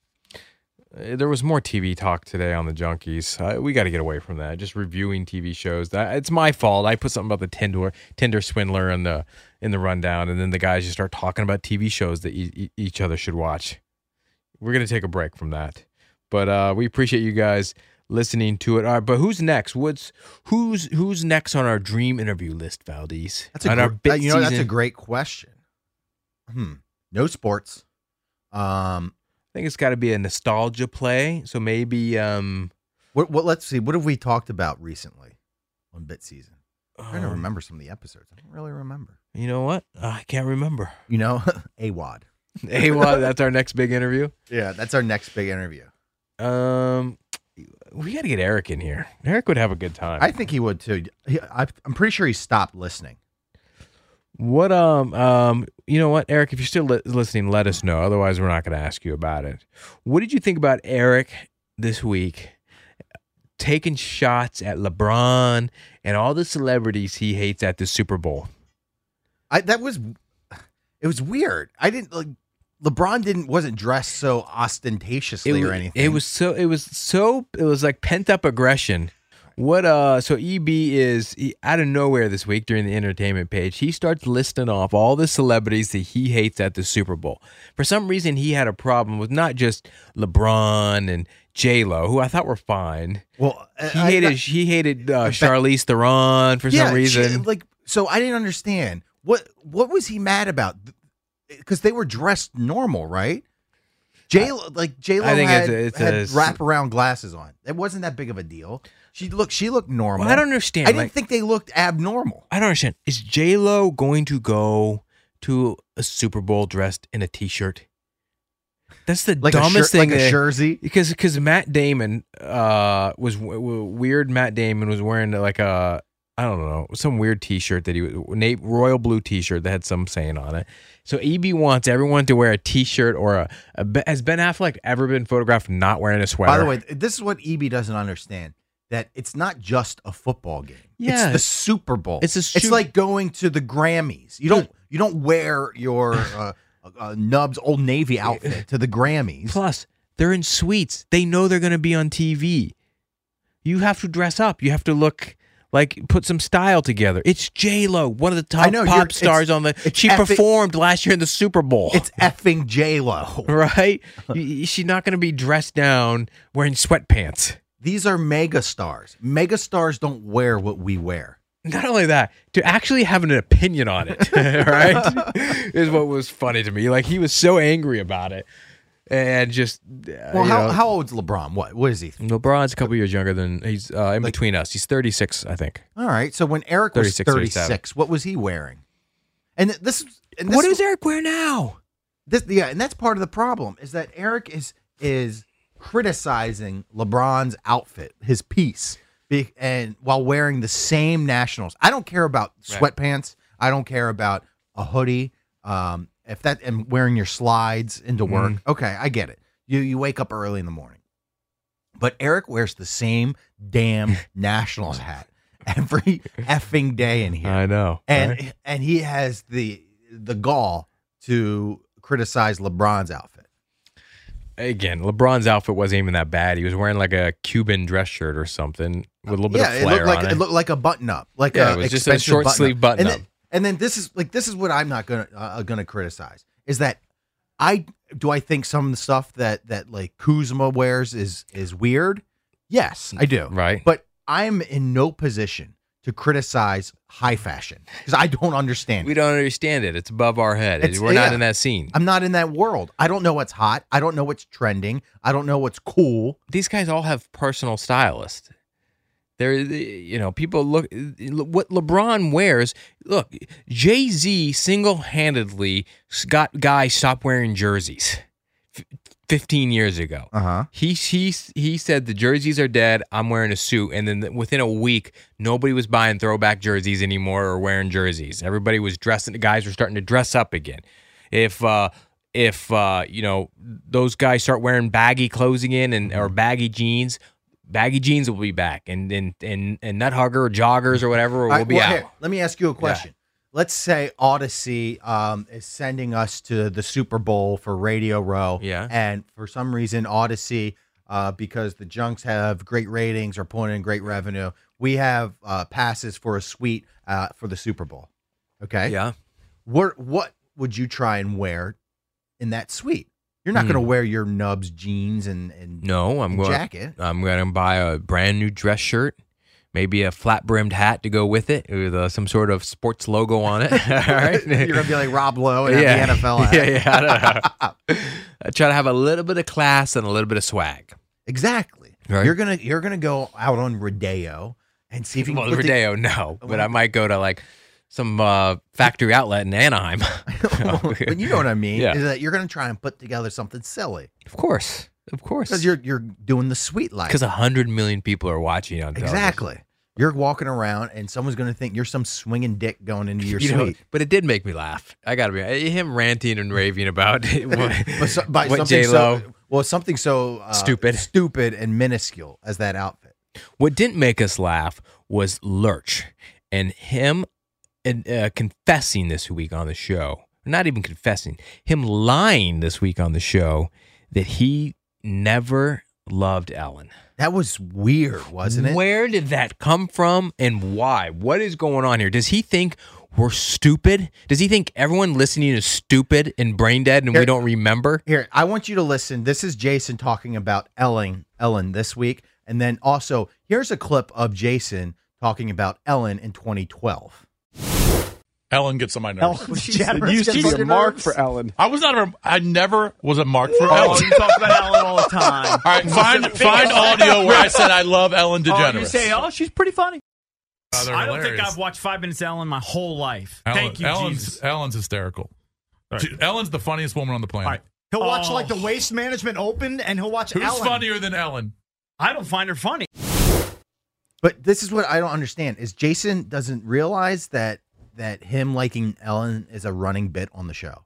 Speaker 1: Uh, there was more TV talk today on the Junkies. Uh, we got to get away from that. Just reviewing TV shows. That it's my fault. I put something about the Tinder Tinder swindler in the in the rundown, and then the guys just start talking about TV shows that e- e- each other should watch. We're gonna take a break from that, but uh, we appreciate you guys listening to it. All right, but who's next? What's who's who's next on our dream interview list, Valdez?
Speaker 3: That's a
Speaker 1: on our
Speaker 3: gr-
Speaker 1: bit
Speaker 3: uh, you know that's a
Speaker 1: season?
Speaker 3: great question. Hmm. No sports. Um,
Speaker 1: I think it's got to be a nostalgia play. So maybe um,
Speaker 3: What, what? Let's see. What have we talked about recently on Bit Season? I'm trying to
Speaker 1: Um,
Speaker 3: remember some of the episodes. I don't really remember.
Speaker 1: you know what? I can't remember.
Speaker 3: You know, AWOD.
Speaker 1: Hey, well, that's our next big interview.
Speaker 3: Yeah, that's our next big interview.
Speaker 1: Um, we got to get Eric in here. Eric would have a good time.
Speaker 3: I think he would too. He, I, I'm pretty sure he stopped listening.
Speaker 1: What um um you know what Eric if you're still li- listening let us know otherwise we're not going to ask you about it. What did you think about Eric this week taking shots at LeBron and all the celebrities he hates at the Super Bowl?
Speaker 3: I that was it was weird. I didn't like LeBron didn't wasn't dressed so ostentatiously
Speaker 1: it,
Speaker 3: or
Speaker 1: wa-
Speaker 3: anything.
Speaker 1: It was so it was so it was like pent up aggression. What uh so EB is he- out of nowhere this week during the entertainment page. He starts listing off all the celebrities that he hates at the Super Bowl. For some reason he had a problem with not just LeBron and J Lo, who I thought were fine.
Speaker 3: well. I-
Speaker 1: He
Speaker 3: Uh, I-
Speaker 1: hated he hated uh, Charlize Theron for
Speaker 3: yeah,
Speaker 1: some
Speaker 3: she-
Speaker 1: reason.
Speaker 3: like so, I didn't understand what what was he mad about? Because they were dressed normal, right? J like J Lo
Speaker 1: I think
Speaker 3: had,
Speaker 1: it's a-
Speaker 3: had
Speaker 1: it's a-
Speaker 3: wraparound glasses on. It wasn't that big of a deal. She looked she looked normal.
Speaker 1: Well, I don't understand,
Speaker 3: I didn't
Speaker 1: like-
Speaker 3: think they looked abnormal.
Speaker 1: I don't understand. Is J Lo going to go to a Super Bowl dressed in a T-shirt? That's the
Speaker 3: Like a
Speaker 1: dumbest
Speaker 3: shirt-
Speaker 1: thing.
Speaker 3: like a
Speaker 1: that-
Speaker 3: jersey?
Speaker 1: because because Matt Damon uh, was w- w- weird. Matt Damon was wearing like a I don't know some weird T-shirt that he was Nate royal blue T-shirt that had some saying on it. So EB wants everyone to wear a T-shirt or a, a Ben- has Ben Affleck ever been photographed not wearing a sweater?
Speaker 3: By the way, th- this is what EB doesn't understand that it's not just a football game.
Speaker 1: Yeah.
Speaker 3: It's the Super Bowl.
Speaker 1: It's a
Speaker 3: It's
Speaker 1: Sup-
Speaker 3: like going to the Grammys. You don't you don't wear your uh, uh, Nubs Old Navy outfit to the Grammys.
Speaker 1: Plus, they're in suites. They know they're going to be on TV. You have to dress up. You have to look like put some style together. It's J Lo, one of the top
Speaker 3: I know, you're-
Speaker 1: pop
Speaker 3: it's-
Speaker 1: stars on the.
Speaker 3: it's
Speaker 1: She
Speaker 3: effing-
Speaker 1: performed last year in the Super Bowl.
Speaker 3: It's effing J Lo.
Speaker 1: right. You- you- She's not going to be dressed down wearing sweatpants.
Speaker 3: These are mega stars. Mega stars don't wear what we wear.
Speaker 1: Not only that, to actually have an opinion on it, right, is what was funny to me. Like he was so angry about it, and just uh,
Speaker 3: Well, how, how old's LeBron? What what is he?
Speaker 1: LeBron's a couple years younger than he's uh, in between us. He's 36, I think.
Speaker 3: All right. So when Eric was
Speaker 1: 36,
Speaker 3: 36,
Speaker 1: 37.
Speaker 3: what was he wearing? And th- this, and this
Speaker 1: What does Eric wear now?
Speaker 3: this yeah, and that's part of the problem is that Eric is is criticizing LeBron's outfit, his piece, be, and while wearing the same nationals. I don't care about
Speaker 1: Right.
Speaker 3: sweatpants. I don't care about a hoodie. Um, if that and wearing your slides into work,
Speaker 1: Mm.
Speaker 3: okay, I get it. You you wake up early in the morning, but Eric wears the same damn nationals hat every effing day in here
Speaker 1: I know.
Speaker 3: and
Speaker 1: right?
Speaker 3: and he has the the gall to criticize LeBron's outfit.
Speaker 1: again, LeBron's outfit wasn't even that bad. He was wearing like a Cuban dress shirt or something with a little bit
Speaker 3: yeah,
Speaker 1: of
Speaker 3: it
Speaker 1: flair
Speaker 3: looked like
Speaker 1: on
Speaker 3: it.
Speaker 1: it.
Speaker 3: looked like a button up, like
Speaker 1: Yeah,
Speaker 3: a
Speaker 1: it was just a
Speaker 3: expensive
Speaker 1: short
Speaker 3: button-up.
Speaker 1: sleeve
Speaker 3: And
Speaker 1: button-up.
Speaker 3: then, and then this is like this is what I'm not gonna uh, gonna criticize is that I do I think some of the stuff that that like Kuzma wears is is weird. Yes, I do.
Speaker 1: right.
Speaker 3: But I'm in no position to criticize high fashion because I don't understand.
Speaker 1: We don't understand it. It's above our head.
Speaker 3: It's-
Speaker 1: We're not
Speaker 3: yeah.
Speaker 1: in that scene.
Speaker 3: I'm not in that world. I don't know what's hot. I don't know what's trending. I don't know what's cool.
Speaker 1: These guys all have personal stylists. There, you know, people look what LeBron wears. Look, Jay Z single handedly got guys stop wearing jerseys. f- Fifteen years ago,
Speaker 3: uh-huh.
Speaker 1: he he he said the jerseys are dead. I'm wearing a suit, and then within a week, nobody was buying throwback jerseys anymore or wearing jerseys. Everybody was dressing. The guys were starting to dress up again. If uh, if uh, you know those guys start wearing baggy clothes again and or
Speaker 3: Mm-hmm.
Speaker 1: baggy jeans, baggy jeans will be back, and and and and nut hugger or joggers or whatever will
Speaker 3: All right,
Speaker 1: be
Speaker 3: well,
Speaker 1: out.
Speaker 3: here, let me ask you a question. Let's say Odyssey um, is sending us to the Super Bowl for Radio Row.
Speaker 1: Yeah.
Speaker 3: And for some reason, Odyssey, uh, because the Junks have great ratings or pulling in great revenue, we have uh, passes for a suite uh, for the Super Bowl. Okay.
Speaker 1: Yeah.
Speaker 3: What What would you try and wear in that suite? You're not going to wear your nubs jeans and, and
Speaker 1: Hmm. No, I'm
Speaker 3: and
Speaker 1: going
Speaker 3: jacket.
Speaker 1: I'm going to buy a brand new dress shirt, maybe a flat brimmed hat to go with it with uh, some sort of sports logo on it. All right,
Speaker 3: You're going to be like Rob Lowe and have the NFL. hat.
Speaker 1: Yeah, yeah. I don't know. I try to have a little bit of class and a little bit of swag.
Speaker 3: Exactly.
Speaker 1: Right.
Speaker 3: You're gonna you're gonna go out on Rodeo and see if you can
Speaker 1: Well,
Speaker 3: put the- Oh,
Speaker 1: Rodeo, no, but I
Speaker 3: Well-
Speaker 1: might go to like some uh, factory outlet in Anaheim.
Speaker 3: but you know what I mean.
Speaker 1: Yeah.
Speaker 3: Is that you're gonna try and put together something silly
Speaker 1: Of course, of course,
Speaker 3: because you're you're doing the sweet life.
Speaker 1: because a hundred million people are watching on television.
Speaker 3: exactly. You're walking around and someone's gonna think you're some swinging dick going into your
Speaker 1: You know,
Speaker 3: suite.
Speaker 1: but it did make me laugh. I gotta be eh, him ranting and raving about what,
Speaker 3: But so- by
Speaker 1: what
Speaker 3: something
Speaker 1: J Lo.
Speaker 3: so well something so uh,
Speaker 1: Stupid.
Speaker 3: stupid and minuscule as that outfit.
Speaker 1: What didn't make us laugh was Lurch and him and, uh, confessing this week on the show. Not even confessing, him lying this week on the show that he never loved Ellen.
Speaker 3: That was weird, wasn't it?
Speaker 1: Where did that come from and why? What is going on here? Does he think we're stupid? Does he think everyone listening is stupid and brain dead and we
Speaker 3: Here-
Speaker 1: don't remember?
Speaker 3: Here, I want you to listen. This is Jason talking about Ellen, Ellen this week, and then also here's a clip of Jason talking about Ellen in 2012.
Speaker 12: Ellen gets on my nerves.
Speaker 3: Ellen Jenner's
Speaker 12: used to
Speaker 3: gets
Speaker 12: be
Speaker 3: on your nerves?
Speaker 12: Ellen. I was not. A, I never was a mark for
Speaker 13: Oh,
Speaker 12: Ellen.
Speaker 13: you talk about Ellen all the time.
Speaker 12: All right, find
Speaker 13: Just a big
Speaker 12: find
Speaker 13: old-
Speaker 12: audio where I said I love Ellen DeGeneres.
Speaker 13: Oh, you say, oh, she's pretty funny.
Speaker 12: Oh, they're
Speaker 13: I don't think
Speaker 12: hilarious.
Speaker 13: I've watched Five Minutes of Ellen my whole life.
Speaker 12: Ellen-
Speaker 13: Thank you,
Speaker 12: Ellen's,
Speaker 13: Jesus.
Speaker 12: Ellen's hysterical.
Speaker 13: All right.
Speaker 12: Dude, Ellen's the funniest woman on the planet.
Speaker 13: He'll watch
Speaker 12: Oh.
Speaker 13: like the Waste Management Open, and he'll watch
Speaker 12: Who's
Speaker 13: Ellen.
Speaker 12: funnier than Ellen?
Speaker 13: I don't find her funny.
Speaker 3: But this is what I don't understand is Jason doesn't realize that that him liking Ellen is a running bit on the show.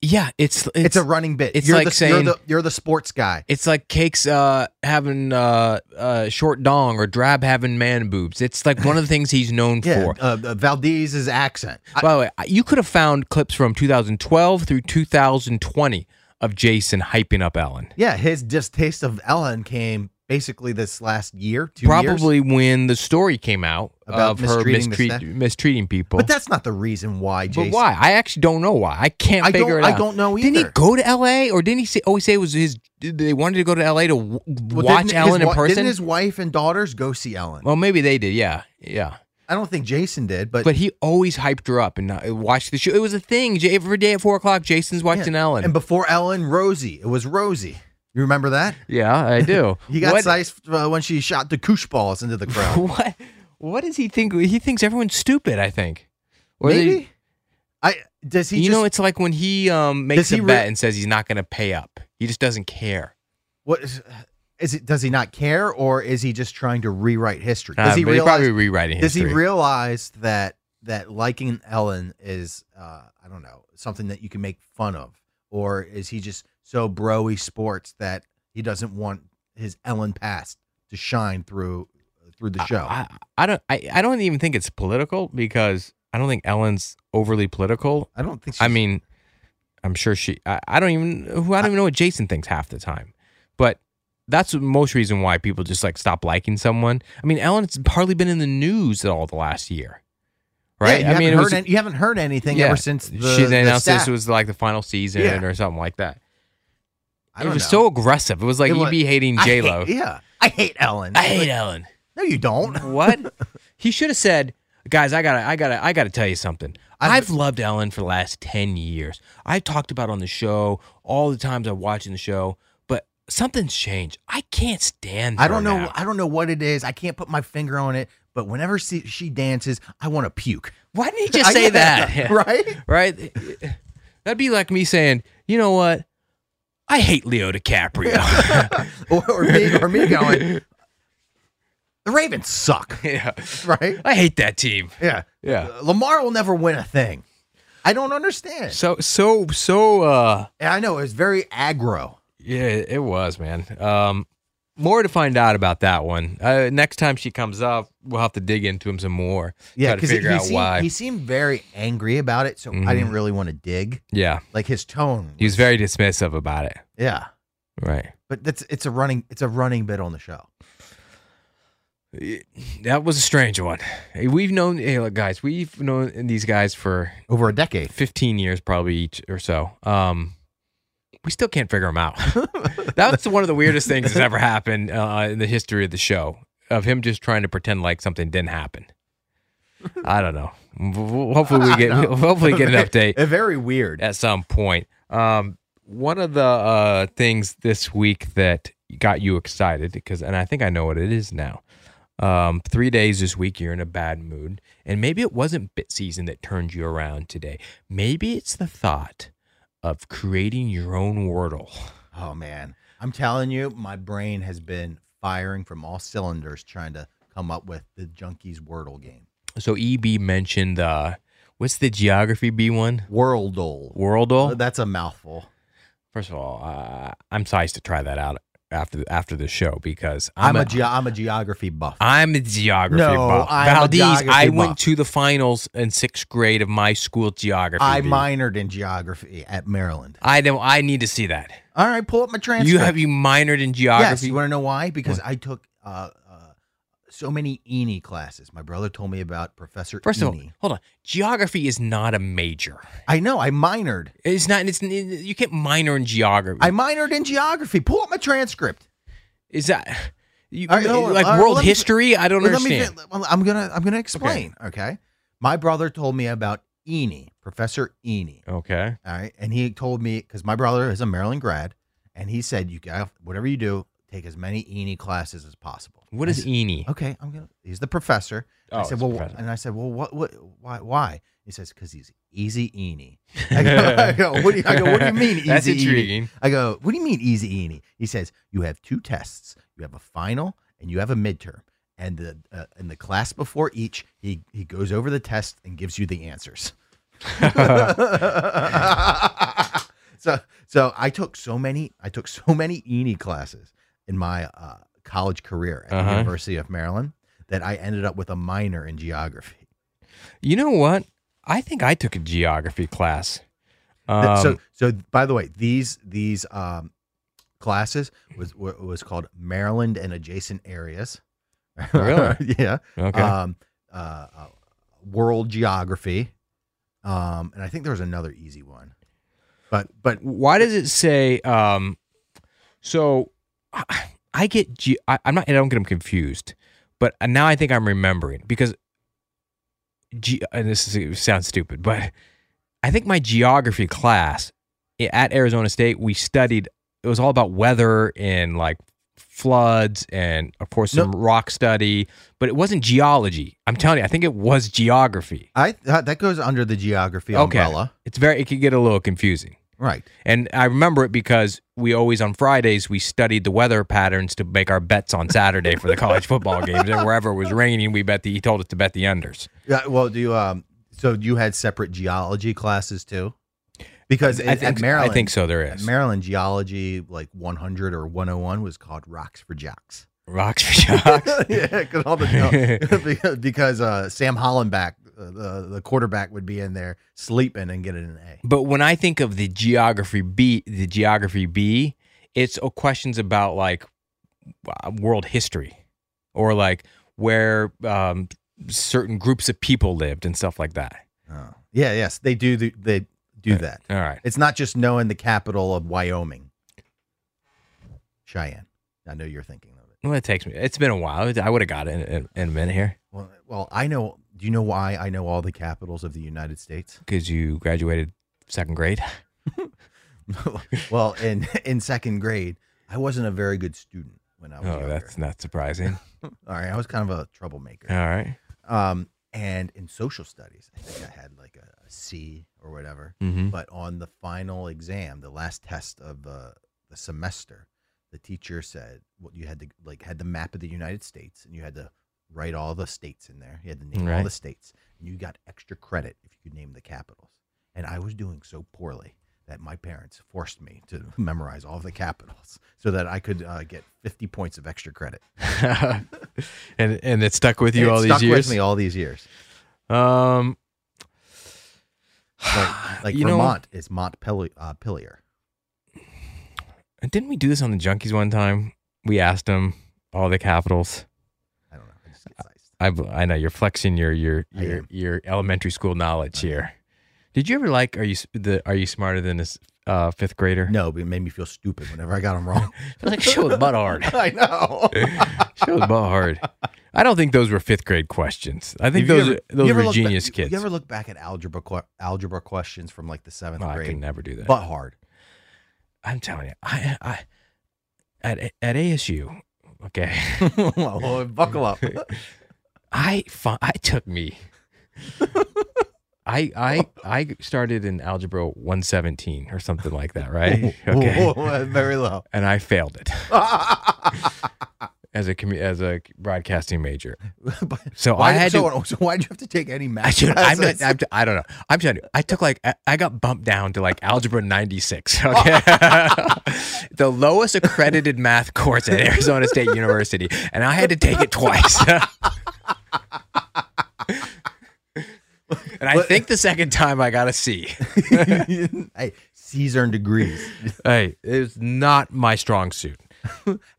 Speaker 1: Yeah, it's it's,
Speaker 3: It's, a running bit.
Speaker 1: it's
Speaker 3: you're
Speaker 1: like
Speaker 3: the,
Speaker 1: saying-
Speaker 3: you're the, you're the sports guy.
Speaker 1: It's like cakes uh, having uh, uh, short dong or drab having man boobs. It's like one of the things he's known
Speaker 3: Yeah,
Speaker 1: for.
Speaker 3: uh, uh, Valdez's accent. I-
Speaker 1: By the way, you could have found clips from 2012 through 2020 of Jason hyping up Ellen.
Speaker 3: yeah, his distaste of Ellen came basically this last year, two years.
Speaker 1: Probably when the story came out
Speaker 3: About
Speaker 1: of her
Speaker 3: mistreating the
Speaker 1: mistreat-
Speaker 3: staff.
Speaker 1: mistreating people.
Speaker 3: But that's not the reason why Jason
Speaker 1: But why? I actually don't know why. I can't
Speaker 3: I don't-
Speaker 1: figure it
Speaker 3: I
Speaker 1: out.
Speaker 3: don't know
Speaker 1: Didn't he
Speaker 3: either.
Speaker 1: go to L.A. or didn't he say? Oh, he say it was his. They wanted to go to L.A. to w-
Speaker 3: Well,
Speaker 1: watch
Speaker 3: didn't
Speaker 1: Ellen
Speaker 3: his
Speaker 1: in
Speaker 3: wi-
Speaker 1: person.
Speaker 3: Didn't his wife and daughters go see Ellen?
Speaker 1: well, maybe they did. Yeah, yeah.
Speaker 3: I don't think Jason did, but,
Speaker 1: But he always hyped her up and uh, watched the show. It was a thing. J- Every day at four o'clock, Jason's
Speaker 3: yeah.
Speaker 1: watching Ellen.
Speaker 3: And before Ellen, Rosie. It was Rosie. You remember that?
Speaker 1: yeah, I do.
Speaker 3: He got
Speaker 1: what,
Speaker 3: sized uh, when she shot the koosh balls into the crowd.
Speaker 1: what? What does he think? He thinks everyone's stupid. I think. Or they-
Speaker 3: Maybe. I does he?
Speaker 1: you
Speaker 3: just,
Speaker 1: know, it's like when he um, makes
Speaker 3: Does he
Speaker 1: a bet
Speaker 3: re-
Speaker 1: and says he's not going to pay up. He just doesn't care.
Speaker 3: what is, is it? Does he not care, or is he just trying to rewrite history?
Speaker 1: Uh,
Speaker 3: Does he
Speaker 1: but
Speaker 3: realize?
Speaker 1: probably rewriting
Speaker 3: does
Speaker 1: history.
Speaker 3: he realize that that liking Ellen is uh, I don't know something that you can make fun of, or is he just so broy sports that he doesn't want his Ellen past to shine through through the show?
Speaker 1: I, I don't. I, I don't even think it's political because I don't think Ellen's overly political.
Speaker 3: I don't think.
Speaker 1: I
Speaker 3: she's-
Speaker 1: mean, I'm sure she. I, I don't even. who- I don't even know what Jason thinks half the time. But that's the most reason why people just like stop liking someone. I mean, Ellen's hardly been in the news at all the last year, right?
Speaker 3: Yeah, you,
Speaker 1: I
Speaker 3: haven't
Speaker 1: mean,
Speaker 3: heard an- you haven't heard anything
Speaker 1: yeah.
Speaker 3: ever since the,
Speaker 1: she
Speaker 3: the
Speaker 1: announced this
Speaker 3: staff.
Speaker 1: was like the final season
Speaker 3: Yeah.
Speaker 1: or something like that.
Speaker 3: I
Speaker 1: it
Speaker 3: don't
Speaker 1: was
Speaker 3: know.
Speaker 1: so aggressive. It was like
Speaker 3: It
Speaker 1: you'd
Speaker 3: was-
Speaker 1: be hating
Speaker 3: I
Speaker 1: J Lo.
Speaker 3: hate- Yeah, I hate Ellen.
Speaker 1: I hate
Speaker 3: Like,
Speaker 1: Ellen.
Speaker 3: No, you don't.
Speaker 1: What? He should have said, "Guys, I gotta, I gotta, I gotta tell you something. I've loved Ellen for the last ten years. I've talked about it on the show all the times I'm watching the show, but something's changed. I can't stand.
Speaker 3: I
Speaker 1: her
Speaker 3: don't know.
Speaker 1: now."
Speaker 3: I don't know what it is. I can't put my finger on it. But whenever she, she dances, I want to puke.
Speaker 1: Why didn't you just say that?
Speaker 3: right?
Speaker 1: Right? That'd be like me saying, you know what? I hate Leo DiCaprio.
Speaker 3: or, or me, or me going. The Ravens suck.
Speaker 1: Yeah.
Speaker 3: Right.
Speaker 1: I hate that team.
Speaker 3: Yeah.
Speaker 1: Yeah.
Speaker 3: Uh, Lamar will never win a thing. I don't understand.
Speaker 1: So so so uh
Speaker 3: I know it was very aggro.
Speaker 1: Yeah, it was, man. Um, more to find out about that one. Uh, next time she comes up, we'll have to dig into him some more.
Speaker 3: Yeah,
Speaker 1: try to
Speaker 3: because he,
Speaker 1: figure
Speaker 3: he
Speaker 1: out
Speaker 3: seemed,
Speaker 1: why.
Speaker 3: he seemed very angry about it, so I didn't
Speaker 1: Mhm.
Speaker 3: really want to dig.
Speaker 1: yeah,
Speaker 3: Like his tone.
Speaker 1: he was very dismissive about it.
Speaker 3: Yeah,
Speaker 1: Right.
Speaker 3: but that's it's a running it's a running bit on the show.
Speaker 1: That was a strange one. Hey, We've known, hey, look, guys, we've known these guys for
Speaker 3: over a decade,
Speaker 1: fifteen years probably each or so. Um, we still can't figure him out. That's one of the weirdest things that's ever happened uh, in the history of the show. Of him just trying to pretend like something didn't happen. I don't know. W- w- Hopefully we get
Speaker 3: I don't know.
Speaker 1: hopefully get an update.
Speaker 3: Very weird.
Speaker 1: at some point. Um, one of the uh, things this week that got you excited because, and I think I know what it is now. Um, three days this week, you're in a bad mood, and maybe it wasn't bit season that turned you around today. Maybe it's the thought of creating your own Wordle.
Speaker 3: Oh man, I'm telling you, my brain has been firing from all cylinders trying to come up with the Junkies Wordle game.
Speaker 1: So EB mentioned uh, what's the geography B one?
Speaker 3: Worldle.
Speaker 1: Worldle.
Speaker 3: That's a mouthful.
Speaker 1: First of all, uh, I'm psyched to try that out after the, after the show because
Speaker 3: I'm,
Speaker 1: I'm,
Speaker 3: a, ge- I'm a geography buff.
Speaker 1: I'm a geography
Speaker 3: No,
Speaker 1: buff.
Speaker 3: I'm a
Speaker 1: Valdez,
Speaker 3: geography
Speaker 1: I
Speaker 3: buff.
Speaker 1: went to the finals in sixth grade of my school geography.
Speaker 3: I
Speaker 1: dude.
Speaker 3: minored in geography at Maryland.
Speaker 1: I don't. I need to see that.
Speaker 3: All right, pull up my transcript.
Speaker 1: You have you minored in
Speaker 3: Yes,
Speaker 1: geography?
Speaker 3: you want to know why? Because I took uh, uh, so many Eni classes. My brother told me about Professor
Speaker 1: First of all,
Speaker 3: Eney.
Speaker 1: hold on. Geography is not a major.
Speaker 3: I know. I minored.
Speaker 1: It's not. It's you can't minor in geography.
Speaker 3: I minored in geography. Pull up my transcript.
Speaker 1: Is that you,
Speaker 3: All right, no,
Speaker 1: like
Speaker 3: all right,
Speaker 1: world
Speaker 3: let me-
Speaker 1: history? I don't
Speaker 3: let me
Speaker 1: understand.
Speaker 3: fin- well, I'm gonna I'm gonna explain. Okay. My brother told me about Eney, Professor Eney.
Speaker 1: okay.
Speaker 3: All right, and he told me because my brother is a Maryland grad, and he said you got whatever you do, take as many Eney classes as possible.
Speaker 1: What
Speaker 3: I
Speaker 1: is E
Speaker 3: said,
Speaker 1: Eni?
Speaker 3: Okay, I'm gonna. He's the professor.
Speaker 1: Oh,
Speaker 3: I said,
Speaker 1: it's
Speaker 3: well,
Speaker 1: professor.
Speaker 3: and I said, well, what, what, why, why? He says, because he's easy Eeny. I go, I go, what do you, I go, what do you mean easy?
Speaker 1: That's
Speaker 3: Eeny?"
Speaker 1: intriguing.
Speaker 3: I go, what do you mean easy Eeny? He says, you have two tests. You have a final and you have a midterm. And the uh, in the class before each, he he goes over the test and gives you the answers. so so I took so many I took so many Eni classes in my uh, college career at
Speaker 1: Uh-huh.
Speaker 3: the University of Maryland that I ended up with a minor in geography.
Speaker 1: You know what? I think I took a geography class.
Speaker 3: Th-
Speaker 1: Um,
Speaker 3: so so by the way, these these um, classes was wa- was called Maryland and adjacent areas.
Speaker 1: Really?
Speaker 3: yeah.
Speaker 1: Okay.
Speaker 3: Um, uh, uh, world geography, um, and I think there was another easy one. But but
Speaker 1: why does it say um so I, I get ge- I, i'm not i don't get them confused but now i think i'm remembering because ge- and this is, it sounds stupid but i think my geography class i- at arizona state we studied it was all about weather and like floods and of course some rock study but it wasn't geology i'm telling you i think it was geography
Speaker 3: I that that goes under the geography
Speaker 1: okay
Speaker 3: umbrella,
Speaker 1: it's very it could get a little confusing
Speaker 3: right?
Speaker 1: and I remember it because we always on Fridays we studied the weather patterns to make our bets on Saturday for the college football games. And wherever it was raining, we bet the he told us to bet the unders.
Speaker 3: Yeah. Well, do you, um. So you had separate geology classes too, because
Speaker 1: I
Speaker 3: at-
Speaker 1: think-
Speaker 3: at Maryland,
Speaker 1: I think so, there
Speaker 3: at
Speaker 1: is.
Speaker 3: Maryland geology like 100 or 101 was called rocks for jocks.
Speaker 1: Rocks for jocks.
Speaker 3: yeah, 'cause all the, no, because uh, Sam Hollenbach, uh, the the quarterback, would be in there sleeping and getting an A.
Speaker 1: But when I think of the geography B, the geography B, it's uh, questions about like uh, world history or like where um, certain groups of people lived and stuff like that.
Speaker 3: Yeah. Yes, they do. The, they do that.
Speaker 1: All Oh. right.
Speaker 3: It's not just knowing the capital of Wyoming, Cheyenne. I know you're thinking.
Speaker 1: Well, it takes me. It's been a while. I would have got it in, in, in a minute here.
Speaker 3: Well, Well, I know. Do you know why I know all the capitals of the United States?
Speaker 1: Because you graduated second grade.
Speaker 3: well, in in second grade, I wasn't a very good student when I was
Speaker 1: Oh,
Speaker 3: younger.
Speaker 1: that's not surprising.
Speaker 3: all right, I was kind of a troublemaker.
Speaker 1: All right.
Speaker 3: Um, and in social studies, I think I had like a, a C or whatever.
Speaker 1: Mhm.
Speaker 3: But on the final exam, the last test of the the semester, the teacher said what you had to like had the map of the United States, and you had to write all the states in there. You had to name all
Speaker 1: Right.
Speaker 3: the states, and you got extra credit if you could name the capitals. And I was doing so poorly that my parents forced me to memorize all the capitals so that I could uh, get 50 points of extra credit.
Speaker 1: and and it stuck with you
Speaker 3: It
Speaker 1: all
Speaker 3: stuck
Speaker 1: these years.
Speaker 3: with me all these years.
Speaker 1: Um,
Speaker 3: Like, like
Speaker 1: Uh, You know-
Speaker 3: Vermont is Montpellier. Uh, Pillier.
Speaker 1: and didn't we do this on the Junkies one time? We asked them all the capitals. Uh, I don't know. I just get I, I know you're flexing your your
Speaker 3: I
Speaker 1: your,
Speaker 3: am.
Speaker 1: your elementary school knowledge here. Did you ever like are you s- the are you smarter than this uh, fifth grader?
Speaker 3: No, but it made me feel stupid whenever I got them wrong.
Speaker 1: like she was butt hard.
Speaker 3: I know.
Speaker 1: she was butt hard. I don't think those were fifth grade questions. I think
Speaker 3: Have you
Speaker 1: those
Speaker 3: ever-
Speaker 1: are- those
Speaker 3: you ever
Speaker 1: were
Speaker 3: look ba-
Speaker 1: genius
Speaker 3: you-
Speaker 1: kids.
Speaker 3: You ever look back at algebra que- algebra questions from like the seventh
Speaker 1: Oh, I
Speaker 3: grade?
Speaker 1: could never do that.
Speaker 3: But hard.
Speaker 1: I'm telling you, I, I at at ASU, okay.
Speaker 3: well, buckle up.
Speaker 1: I fi- I took me. I I I started in algebra 117 or something like that, right? Okay.
Speaker 3: very low.
Speaker 1: And I failed it. as a commu- as a broadcasting major. So
Speaker 3: why
Speaker 1: I
Speaker 3: did-
Speaker 1: had to
Speaker 3: so, so why'd you have to take any math?
Speaker 1: I should. I'm
Speaker 3: classes?
Speaker 1: not, I'm, I don't know. I'm telling you, I took like I- I got bumped down to like algebra 96. Okay, the lowest accredited math course at Arizona State University, and I had to take it twice. and I think the second time I got a C.
Speaker 3: hey, C's earned degrees.
Speaker 1: hey, it was not my strong suit.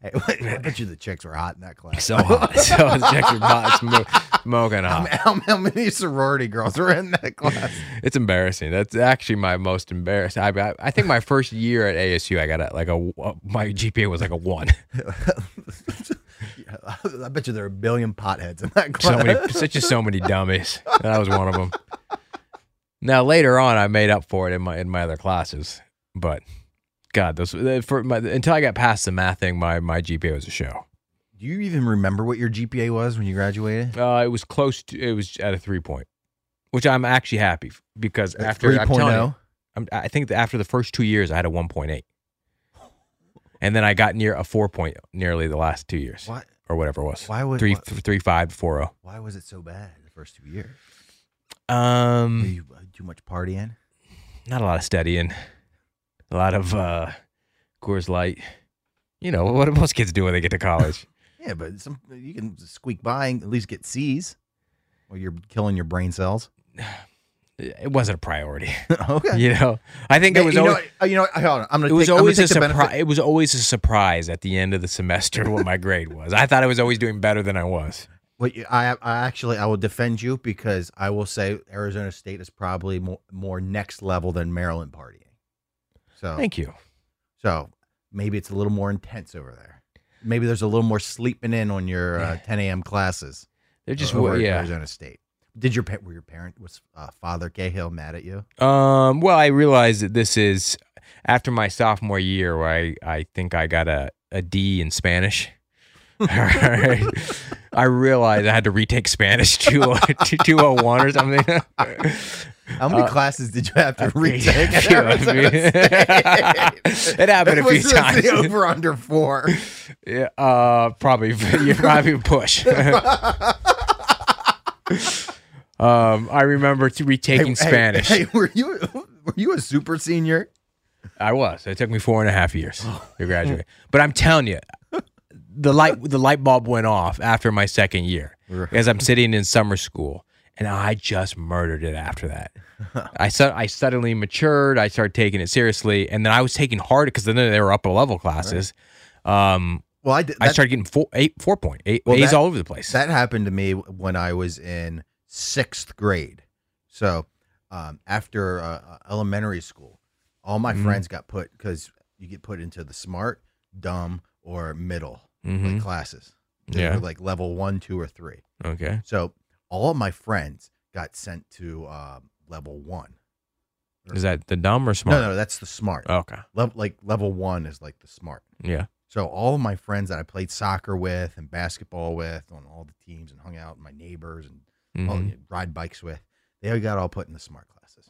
Speaker 3: Hey, I bet you the chicks were hot in that class.
Speaker 1: So hot. So the chicks were hot, smo- smoking
Speaker 3: How,
Speaker 1: hot.
Speaker 3: how- how many sorority girls were in that class?
Speaker 1: It's embarrassing. That's actually my most embarrassing. I, I, I think my first year at ASU, I got a, like a uh, my GPA was like a one.
Speaker 3: I bet you there were a billion potheads in that
Speaker 1: so
Speaker 3: class.
Speaker 1: many, such as so many dummies. That was one of them. Now later on, I made up for it in my in my other classes, but God, those uh, for my, until I got past the math thing, my my GPA was a show.
Speaker 3: Do you even remember what your GPA was when you graduated?
Speaker 1: Uh, it was close to it was at a three point, which I'm actually happy f- because
Speaker 3: At oh?
Speaker 1: after I'm telling
Speaker 3: 3.0?
Speaker 1: you, I'm, I think that after the first two years, I had a one point eight, and then I got near a four point nearly the last two years.
Speaker 3: What?
Speaker 1: Or whatever it was.
Speaker 3: Why would-
Speaker 1: three
Speaker 3: why-
Speaker 1: three five four zero?
Speaker 3: Why was it so bad the first two years?
Speaker 1: Um,
Speaker 3: Were you uh, too much partying?
Speaker 1: not a lot of studying, a lot of uh, Coors Light. You know what do most kids do when they get to college?
Speaker 3: Yeah, but some you can squeak by and at least get C's. Or you're killing your brain cells.
Speaker 1: it wasn't a priority.
Speaker 3: okay.
Speaker 1: You know, I think it was
Speaker 3: you
Speaker 1: always.
Speaker 3: Know, uh, you know, what? hold on. I'm gonna.
Speaker 1: it was
Speaker 3: take, I'm gonna
Speaker 1: always a
Speaker 3: take the benefit-
Speaker 1: surprise. It was always a surprise at the end of the semester what my grade was. I thought I was always doing better than I was.
Speaker 3: Well, you- I, I actually I will defend you because I will say Arizona State is probably more, more next level than Maryland partying. So
Speaker 1: Thank you.
Speaker 3: So maybe it's a little more intense over there. Maybe there's a little more sleeping in on your uh, 10 a.m. classes.
Speaker 1: They're just
Speaker 3: over
Speaker 1: wa-
Speaker 3: at
Speaker 1: yeah.
Speaker 3: Arizona State. Did your pa- were your parent was uh, Father Cahill mad at you?
Speaker 1: Um, well, I realized that this is after my sophomore year where I, I think I got a, a D in Spanish. All right. I realized I had to retake Spanish oh, 20- 201 or something.
Speaker 3: How many
Speaker 1: Uh,
Speaker 3: classes did you have to retake?
Speaker 1: yeah,
Speaker 3: at
Speaker 1: sure, I
Speaker 3: Arizona
Speaker 1: mean-
Speaker 3: State?
Speaker 1: It happened a
Speaker 3: Was
Speaker 1: few
Speaker 3: this
Speaker 1: times.
Speaker 3: The over under four.
Speaker 1: Yeah, uh, probably you probably push. um, I remember t- retaking
Speaker 3: Hey,
Speaker 1: Spanish.
Speaker 3: Hey, were you were you a super senior?
Speaker 1: I was. It took me four and a half years
Speaker 3: Oh.
Speaker 1: to graduate. But I'm telling you, the light the light bulb went off after my second year as I'm sitting in summer school, and I just murdered it after that. I su- I suddenly matured. I started taking it seriously, and then I was taking hard because then they were upper level classes. Um,
Speaker 3: well, I, did,
Speaker 1: I
Speaker 3: that-
Speaker 1: started getting four eight four point eight
Speaker 3: Well,
Speaker 1: A's
Speaker 3: that-
Speaker 1: all over the place.
Speaker 3: That happened to me when I was in sixth grade. So um, after uh, uh, elementary school, all my
Speaker 1: Mhm.
Speaker 3: friends got put because you get put into the smart, dumb, or middle like,
Speaker 1: Mhm.
Speaker 3: classes. They
Speaker 1: Yeah.
Speaker 3: were like level one, two, or three.
Speaker 1: Okay.
Speaker 3: So all my friends got sent to uh, level one.
Speaker 1: Is that the dumb or smart? Oh.
Speaker 3: No, no, that's the smart.
Speaker 1: Okay.
Speaker 3: Level, like level one is like the smart.
Speaker 1: Yeah.
Speaker 3: So all of my friends that I played soccer with and basketball with on all the teams and hung out with my neighbors and
Speaker 1: Mm-hmm.
Speaker 3: all-
Speaker 14: Mhm.
Speaker 3: Oh, ride bikes with, they all got all put in the smart classes.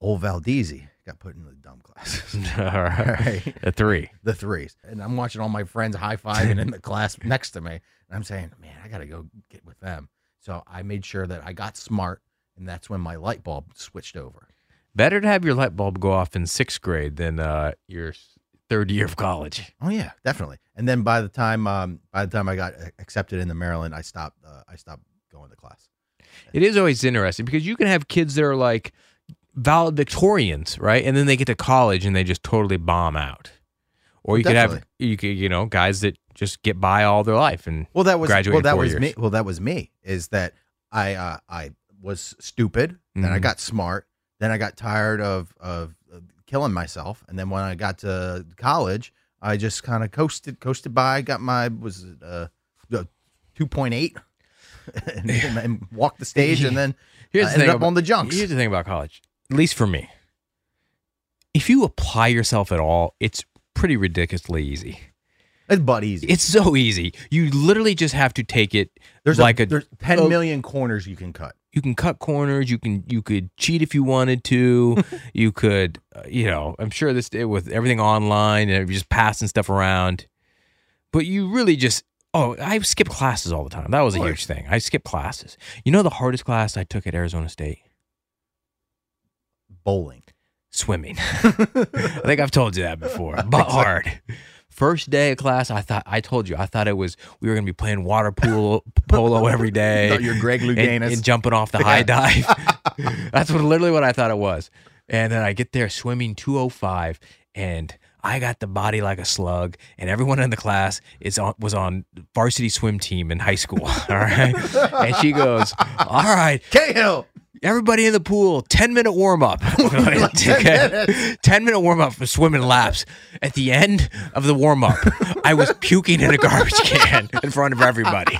Speaker 3: Old Valdezi got put into the dumb classes.
Speaker 1: All right. The three.
Speaker 3: The threes. And I'm watching all my friends high fiving in the class next to me. And I'm saying, man, I got to go get with them. So I made sure that I got smart. And that's when my light bulb switched over.
Speaker 1: Better to have your light bulb go off in sixth grade than uh, your s- third year of college.
Speaker 3: Oh yeah, definitely. And then by the time um, by the time I got a- accepted into Maryland, I stopped uh, I stopped going to class.
Speaker 1: It is always interesting because you can have kids that are like valedictorians, right? And then they get to college and they just totally bomb out. Or you could have you could you know guys that just get by all their life and
Speaker 3: Well, that was
Speaker 1: graduate
Speaker 3: well
Speaker 1: in
Speaker 3: that
Speaker 1: four
Speaker 3: was
Speaker 1: years.
Speaker 3: me. Well, that was me. Is that I uh, I was stupid, then I
Speaker 1: Mhm.
Speaker 3: got smart, then I got tired of of uh, killing myself, and then when I got to college, I just kind of coasted coasted by. Got my was it, uh, two point eight. and, and walked the stage, and then
Speaker 1: Here's
Speaker 3: I
Speaker 1: the
Speaker 3: ended
Speaker 1: thing
Speaker 3: Uh, up
Speaker 1: about-
Speaker 3: on the junks.
Speaker 1: Here's the thing about college, at least for me. If you apply yourself at all, it's pretty ridiculously easy.
Speaker 3: It's butt easy.
Speaker 1: It's so easy. You literally just have to take it.
Speaker 3: There's
Speaker 1: like a,
Speaker 3: a, there's ten million
Speaker 1: a-
Speaker 3: corners you can cut.
Speaker 1: You can cut corners. You can you could cheat if you wanted to. you could uh, you know I'm sure this day with everything online and you're just passing stuff around. But you really just oh I skip classes all the time. That was a huge thing. I skip classes. You know the hardest class I took at Arizona State
Speaker 3: bowling,
Speaker 1: swimming. I think I've told you that before. But hard. First day of class, I thought I told you I thought it was we were gonna be playing water pool polo every day.
Speaker 3: Thought you were Greg
Speaker 1: and-
Speaker 3: Louganis.
Speaker 1: and jumping off the high dive. That's what literally what I thought it was. And then I get there swimming 205 and I got the body like a slug and everyone in the class is on was on varsity swim team in high school. All right. and she goes, All right.
Speaker 3: Cahill.
Speaker 1: Everybody in the pool, 10 minute warm up. 10, minutes. 10 minute warm up for swimming laps. At the end of the warm up, I was puking in a garbage can in front of everybody.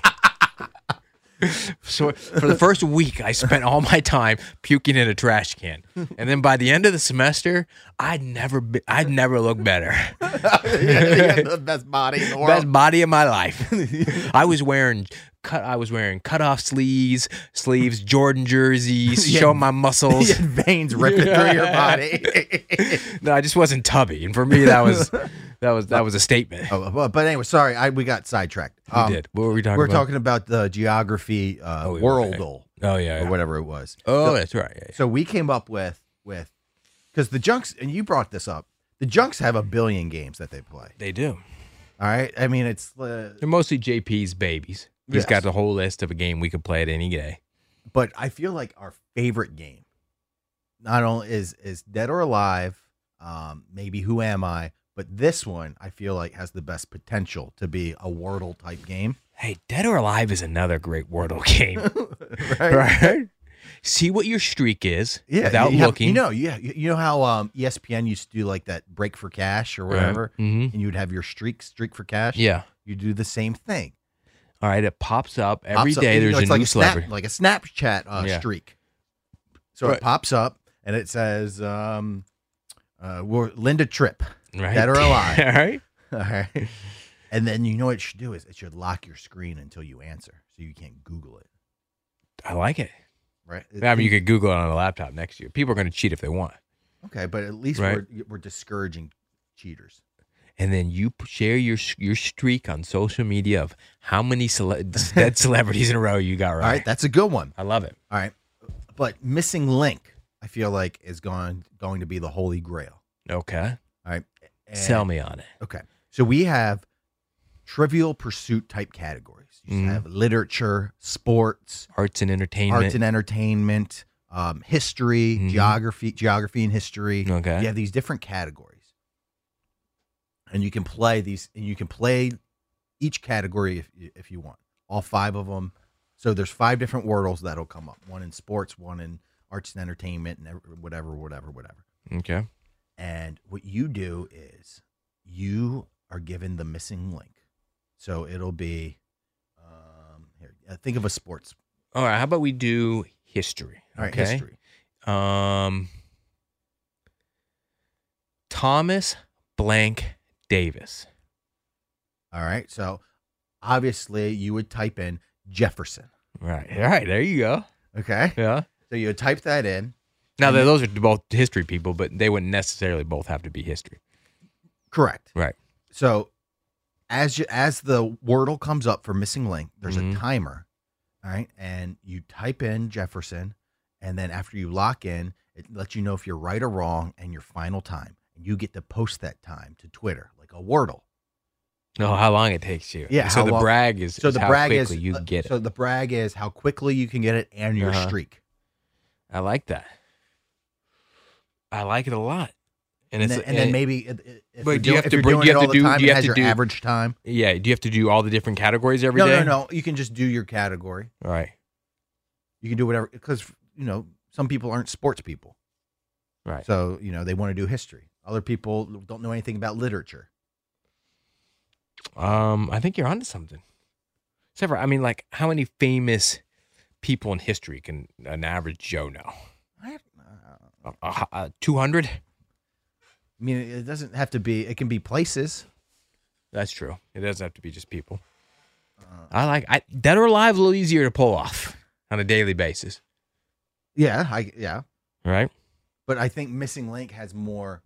Speaker 1: So for the first week, I spent all my time puking in a trash can, and then by the end of the semester, I'd never, be, I'd never look better.
Speaker 3: the best body in the world.
Speaker 1: Best body of my life. I was wearing cut. I was wearing cut off sleeves, sleeves, Jordan jerseys,
Speaker 3: You had-
Speaker 1: showing my muscles,
Speaker 3: you had veins ripping through your body.
Speaker 1: no, I just wasn't tubby, and for me, that was that was that was a statement.
Speaker 3: Oh, but, but anyway, sorry, I, we got sidetracked. Um,
Speaker 1: We did. What were we talking
Speaker 3: We're
Speaker 1: about?
Speaker 3: talking about the geography uh,
Speaker 1: we were, okay.
Speaker 3: worldle.
Speaker 1: Oh, yeah,
Speaker 3: or
Speaker 1: yeah.
Speaker 3: whatever it was.
Speaker 1: Oh,
Speaker 3: So-
Speaker 1: that's right, yeah,
Speaker 3: So we came up with with because the junks and you brought this up. The junks have a billion games that they play.
Speaker 1: They do.
Speaker 3: All right. I mean, it's uh,
Speaker 1: They're mostly JP's babies. He's
Speaker 3: Yes.
Speaker 1: got the whole list of a game we could play at any day.
Speaker 3: but I feel like our favorite game not only is is Dead or Alive, um, maybe Who Am I, but this one I feel like has the best potential to be a Wordle type game.
Speaker 1: Hey, Dead or Alive is another great Wordle game.
Speaker 3: right?
Speaker 1: right? See what your streak is
Speaker 3: Yeah,
Speaker 1: without
Speaker 3: you have-
Speaker 1: looking.
Speaker 3: you know, yeah, you you know how um, ESPN used to do like that break for cash or
Speaker 1: Right.
Speaker 3: whatever,
Speaker 1: Mhm.
Speaker 3: and you'd have your streak, streak for cash.
Speaker 1: Yeah.
Speaker 3: you do the same thing.
Speaker 1: All right, it pops up every day.
Speaker 3: Every day
Speaker 1: There's a
Speaker 3: it's
Speaker 1: new
Speaker 3: like snap-
Speaker 1: celebrity.
Speaker 3: like a Snapchat uh,
Speaker 1: Yeah.
Speaker 3: streak. So
Speaker 1: Right.
Speaker 3: it pops up and it says, um, uh, we're Linda Tripp,
Speaker 1: Right.
Speaker 3: dead or alive.
Speaker 1: All right.
Speaker 3: all right. And then you know what it should do is it should lock your screen until you answer, so you can't Google it.
Speaker 1: I like it.
Speaker 3: Right.
Speaker 1: I mean, you could Google it on a laptop next year. People are going to cheat if they want.
Speaker 3: Okay, but at least
Speaker 1: Right.
Speaker 3: we're we're discouraging cheaters.
Speaker 1: And then you p- share your s- your streak on social media of how many cele- dead celebrities in a row you got right.
Speaker 3: All right, that's a good one.
Speaker 1: I love it.
Speaker 3: All right, but missing link, I feel like is going going to be the holy grail.
Speaker 1: Okay.
Speaker 3: All right, and-
Speaker 1: Sell me on it.
Speaker 3: Okay, so we have trivial pursuit type categories. You
Speaker 1: Mhm.
Speaker 3: have literature, sports,
Speaker 1: arts and entertainment. Mm-hmm.
Speaker 3: arts and entertainment, um, history, geography, geography and history.
Speaker 1: Okay.
Speaker 3: you have these different categories, and you can play these, and you can play each category if you- if you want, all five of them. So there's five different wordles that'll come up: one in sports, one in arts and entertainment, and ev- whatever, whatever, whatever.
Speaker 1: Okay.
Speaker 3: And what you do is you are given the missing link. So it'll be um, here. uh, Think of a sports
Speaker 1: All right. How about we do history?
Speaker 3: All right, history.
Speaker 1: Um, Thomas Blank Davis.
Speaker 3: All right. So obviously you would type in Jefferson.
Speaker 1: Right. All right. There you go.
Speaker 3: Okay.
Speaker 1: Yeah.
Speaker 3: So you would type that in.
Speaker 1: Now,
Speaker 3: And
Speaker 1: th-
Speaker 3: then-
Speaker 1: those are both history people, but they wouldn't necessarily both have to be history.
Speaker 3: Correct.
Speaker 1: Right.
Speaker 3: So as you as the wordle comes up for missing link, there's
Speaker 1: Mm-hmm.
Speaker 3: a timer. All right. And you type in Jefferson. And then after you lock in, it lets you know if you're right or wrong and your final time. And you get to post that time to Twitter, like a wordle.
Speaker 1: No, how long it takes you.
Speaker 3: Yeah.
Speaker 1: So
Speaker 3: how
Speaker 1: the
Speaker 3: long-
Speaker 1: brag is,
Speaker 3: so
Speaker 1: is
Speaker 3: the
Speaker 1: how
Speaker 3: brag
Speaker 1: quickly
Speaker 3: is
Speaker 1: you
Speaker 3: uh,
Speaker 1: get it.
Speaker 3: So the brag is how quickly you can get it and your
Speaker 1: Uh-huh.
Speaker 3: streak.
Speaker 1: I like that. I like it a lot. And,
Speaker 3: And
Speaker 1: it's
Speaker 3: then- and then maybe if- if
Speaker 1: but
Speaker 3: you're
Speaker 1: do you
Speaker 3: doing-
Speaker 1: have
Speaker 3: if
Speaker 1: to
Speaker 3: you're
Speaker 1: bring-
Speaker 3: doing
Speaker 1: do you
Speaker 3: it
Speaker 1: have
Speaker 3: all
Speaker 1: to
Speaker 3: the
Speaker 1: do
Speaker 3: time,
Speaker 1: do
Speaker 3: it
Speaker 1: you have
Speaker 3: has
Speaker 1: to
Speaker 3: your
Speaker 1: do
Speaker 3: average time?
Speaker 1: Yeah, do you have to do all the different categories every
Speaker 3: no,
Speaker 1: day?
Speaker 3: no, no. You can just do your category.
Speaker 1: All right.
Speaker 3: You can do whatever because you know some people aren't sports people,
Speaker 1: Right.
Speaker 3: So you know they want to do history. Other people don't know anything about literature.
Speaker 1: Um, I think you're onto something. Except for, I mean, like, how many famous people in history can an average Joe know?
Speaker 3: uh,
Speaker 1: I Two hundred.
Speaker 3: I mean, it doesn't have to be. It can be places.
Speaker 1: That's true. It doesn't have to be just people.
Speaker 3: Uh.
Speaker 1: I like I, dead or alive a little easier to pull off on a daily basis,
Speaker 3: Yeah, I yeah.
Speaker 1: right?
Speaker 3: But I think missing link has more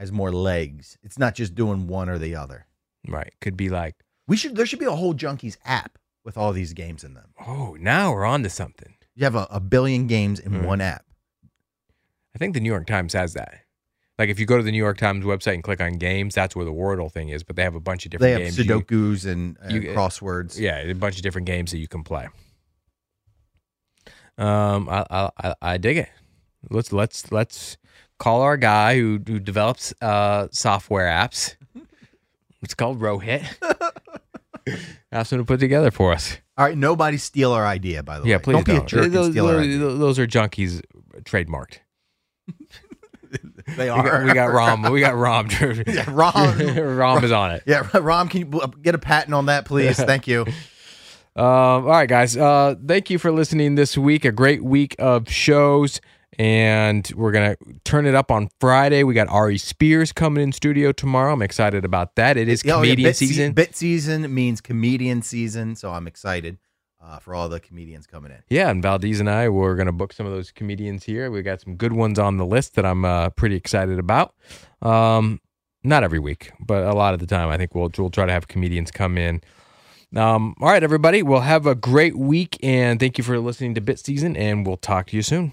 Speaker 3: has more legs. It's not just doing one or the other.
Speaker 1: Right. Could be like,
Speaker 3: We should there should be a whole junkies app with all these games in them.
Speaker 1: oh, now we're on to something.
Speaker 3: You have a, a billion games
Speaker 1: Mm-hmm.
Speaker 3: in one app.
Speaker 1: I think the New York Times has that. Like if you go to the New York Times website and click on games, that's where the Wordle thing is. But they have a bunch of
Speaker 3: They
Speaker 1: different
Speaker 3: have
Speaker 1: games. you-
Speaker 3: Sudoku's and, and
Speaker 1: you-
Speaker 3: crosswords.
Speaker 1: Yeah, a bunch of different games that you can play. Um, I I I, I dig it. Let's let's let's call our guy who who develops uh software apps. It's called Rohit. Ask him to put together for us.
Speaker 3: All right, nobody steal our idea, by the
Speaker 1: yeah,
Speaker 3: way.
Speaker 1: please
Speaker 3: don't be a
Speaker 1: don't.
Speaker 3: jerk and
Speaker 1: those,
Speaker 3: steal our
Speaker 1: those-
Speaker 3: idea.
Speaker 1: those are junkies trademarked.
Speaker 3: They
Speaker 1: We got,
Speaker 3: are.
Speaker 1: we got Rom. We got Rom. yeah,
Speaker 3: Rom.
Speaker 1: Rom is on it.
Speaker 3: Yeah, Rom, can you get a patent on that, please? Thank you.
Speaker 1: Um, all right, guys. Uh, thank you for listening this week. A great week of shows, and we're gonna turn it up on Friday. We got Ari Spears coming in studio tomorrow. I'm excited about that. It is
Speaker 3: Yeah, oh, yeah,
Speaker 1: comedian
Speaker 3: bit se-
Speaker 1: season.
Speaker 3: bit season means comedian season, so I'm excited uh, for all the comedians coming in.
Speaker 1: yeah, and Valdez and I we're gonna book some of those comedians here. We got some good ones on the list that I'm uh, pretty excited about. Um, not every week, but a lot of the time, I think we'll we'll try to have comedians come in. Um, all right, everybody. We'll have a great week, and thank you for listening to Bit Season. And we'll talk to you soon.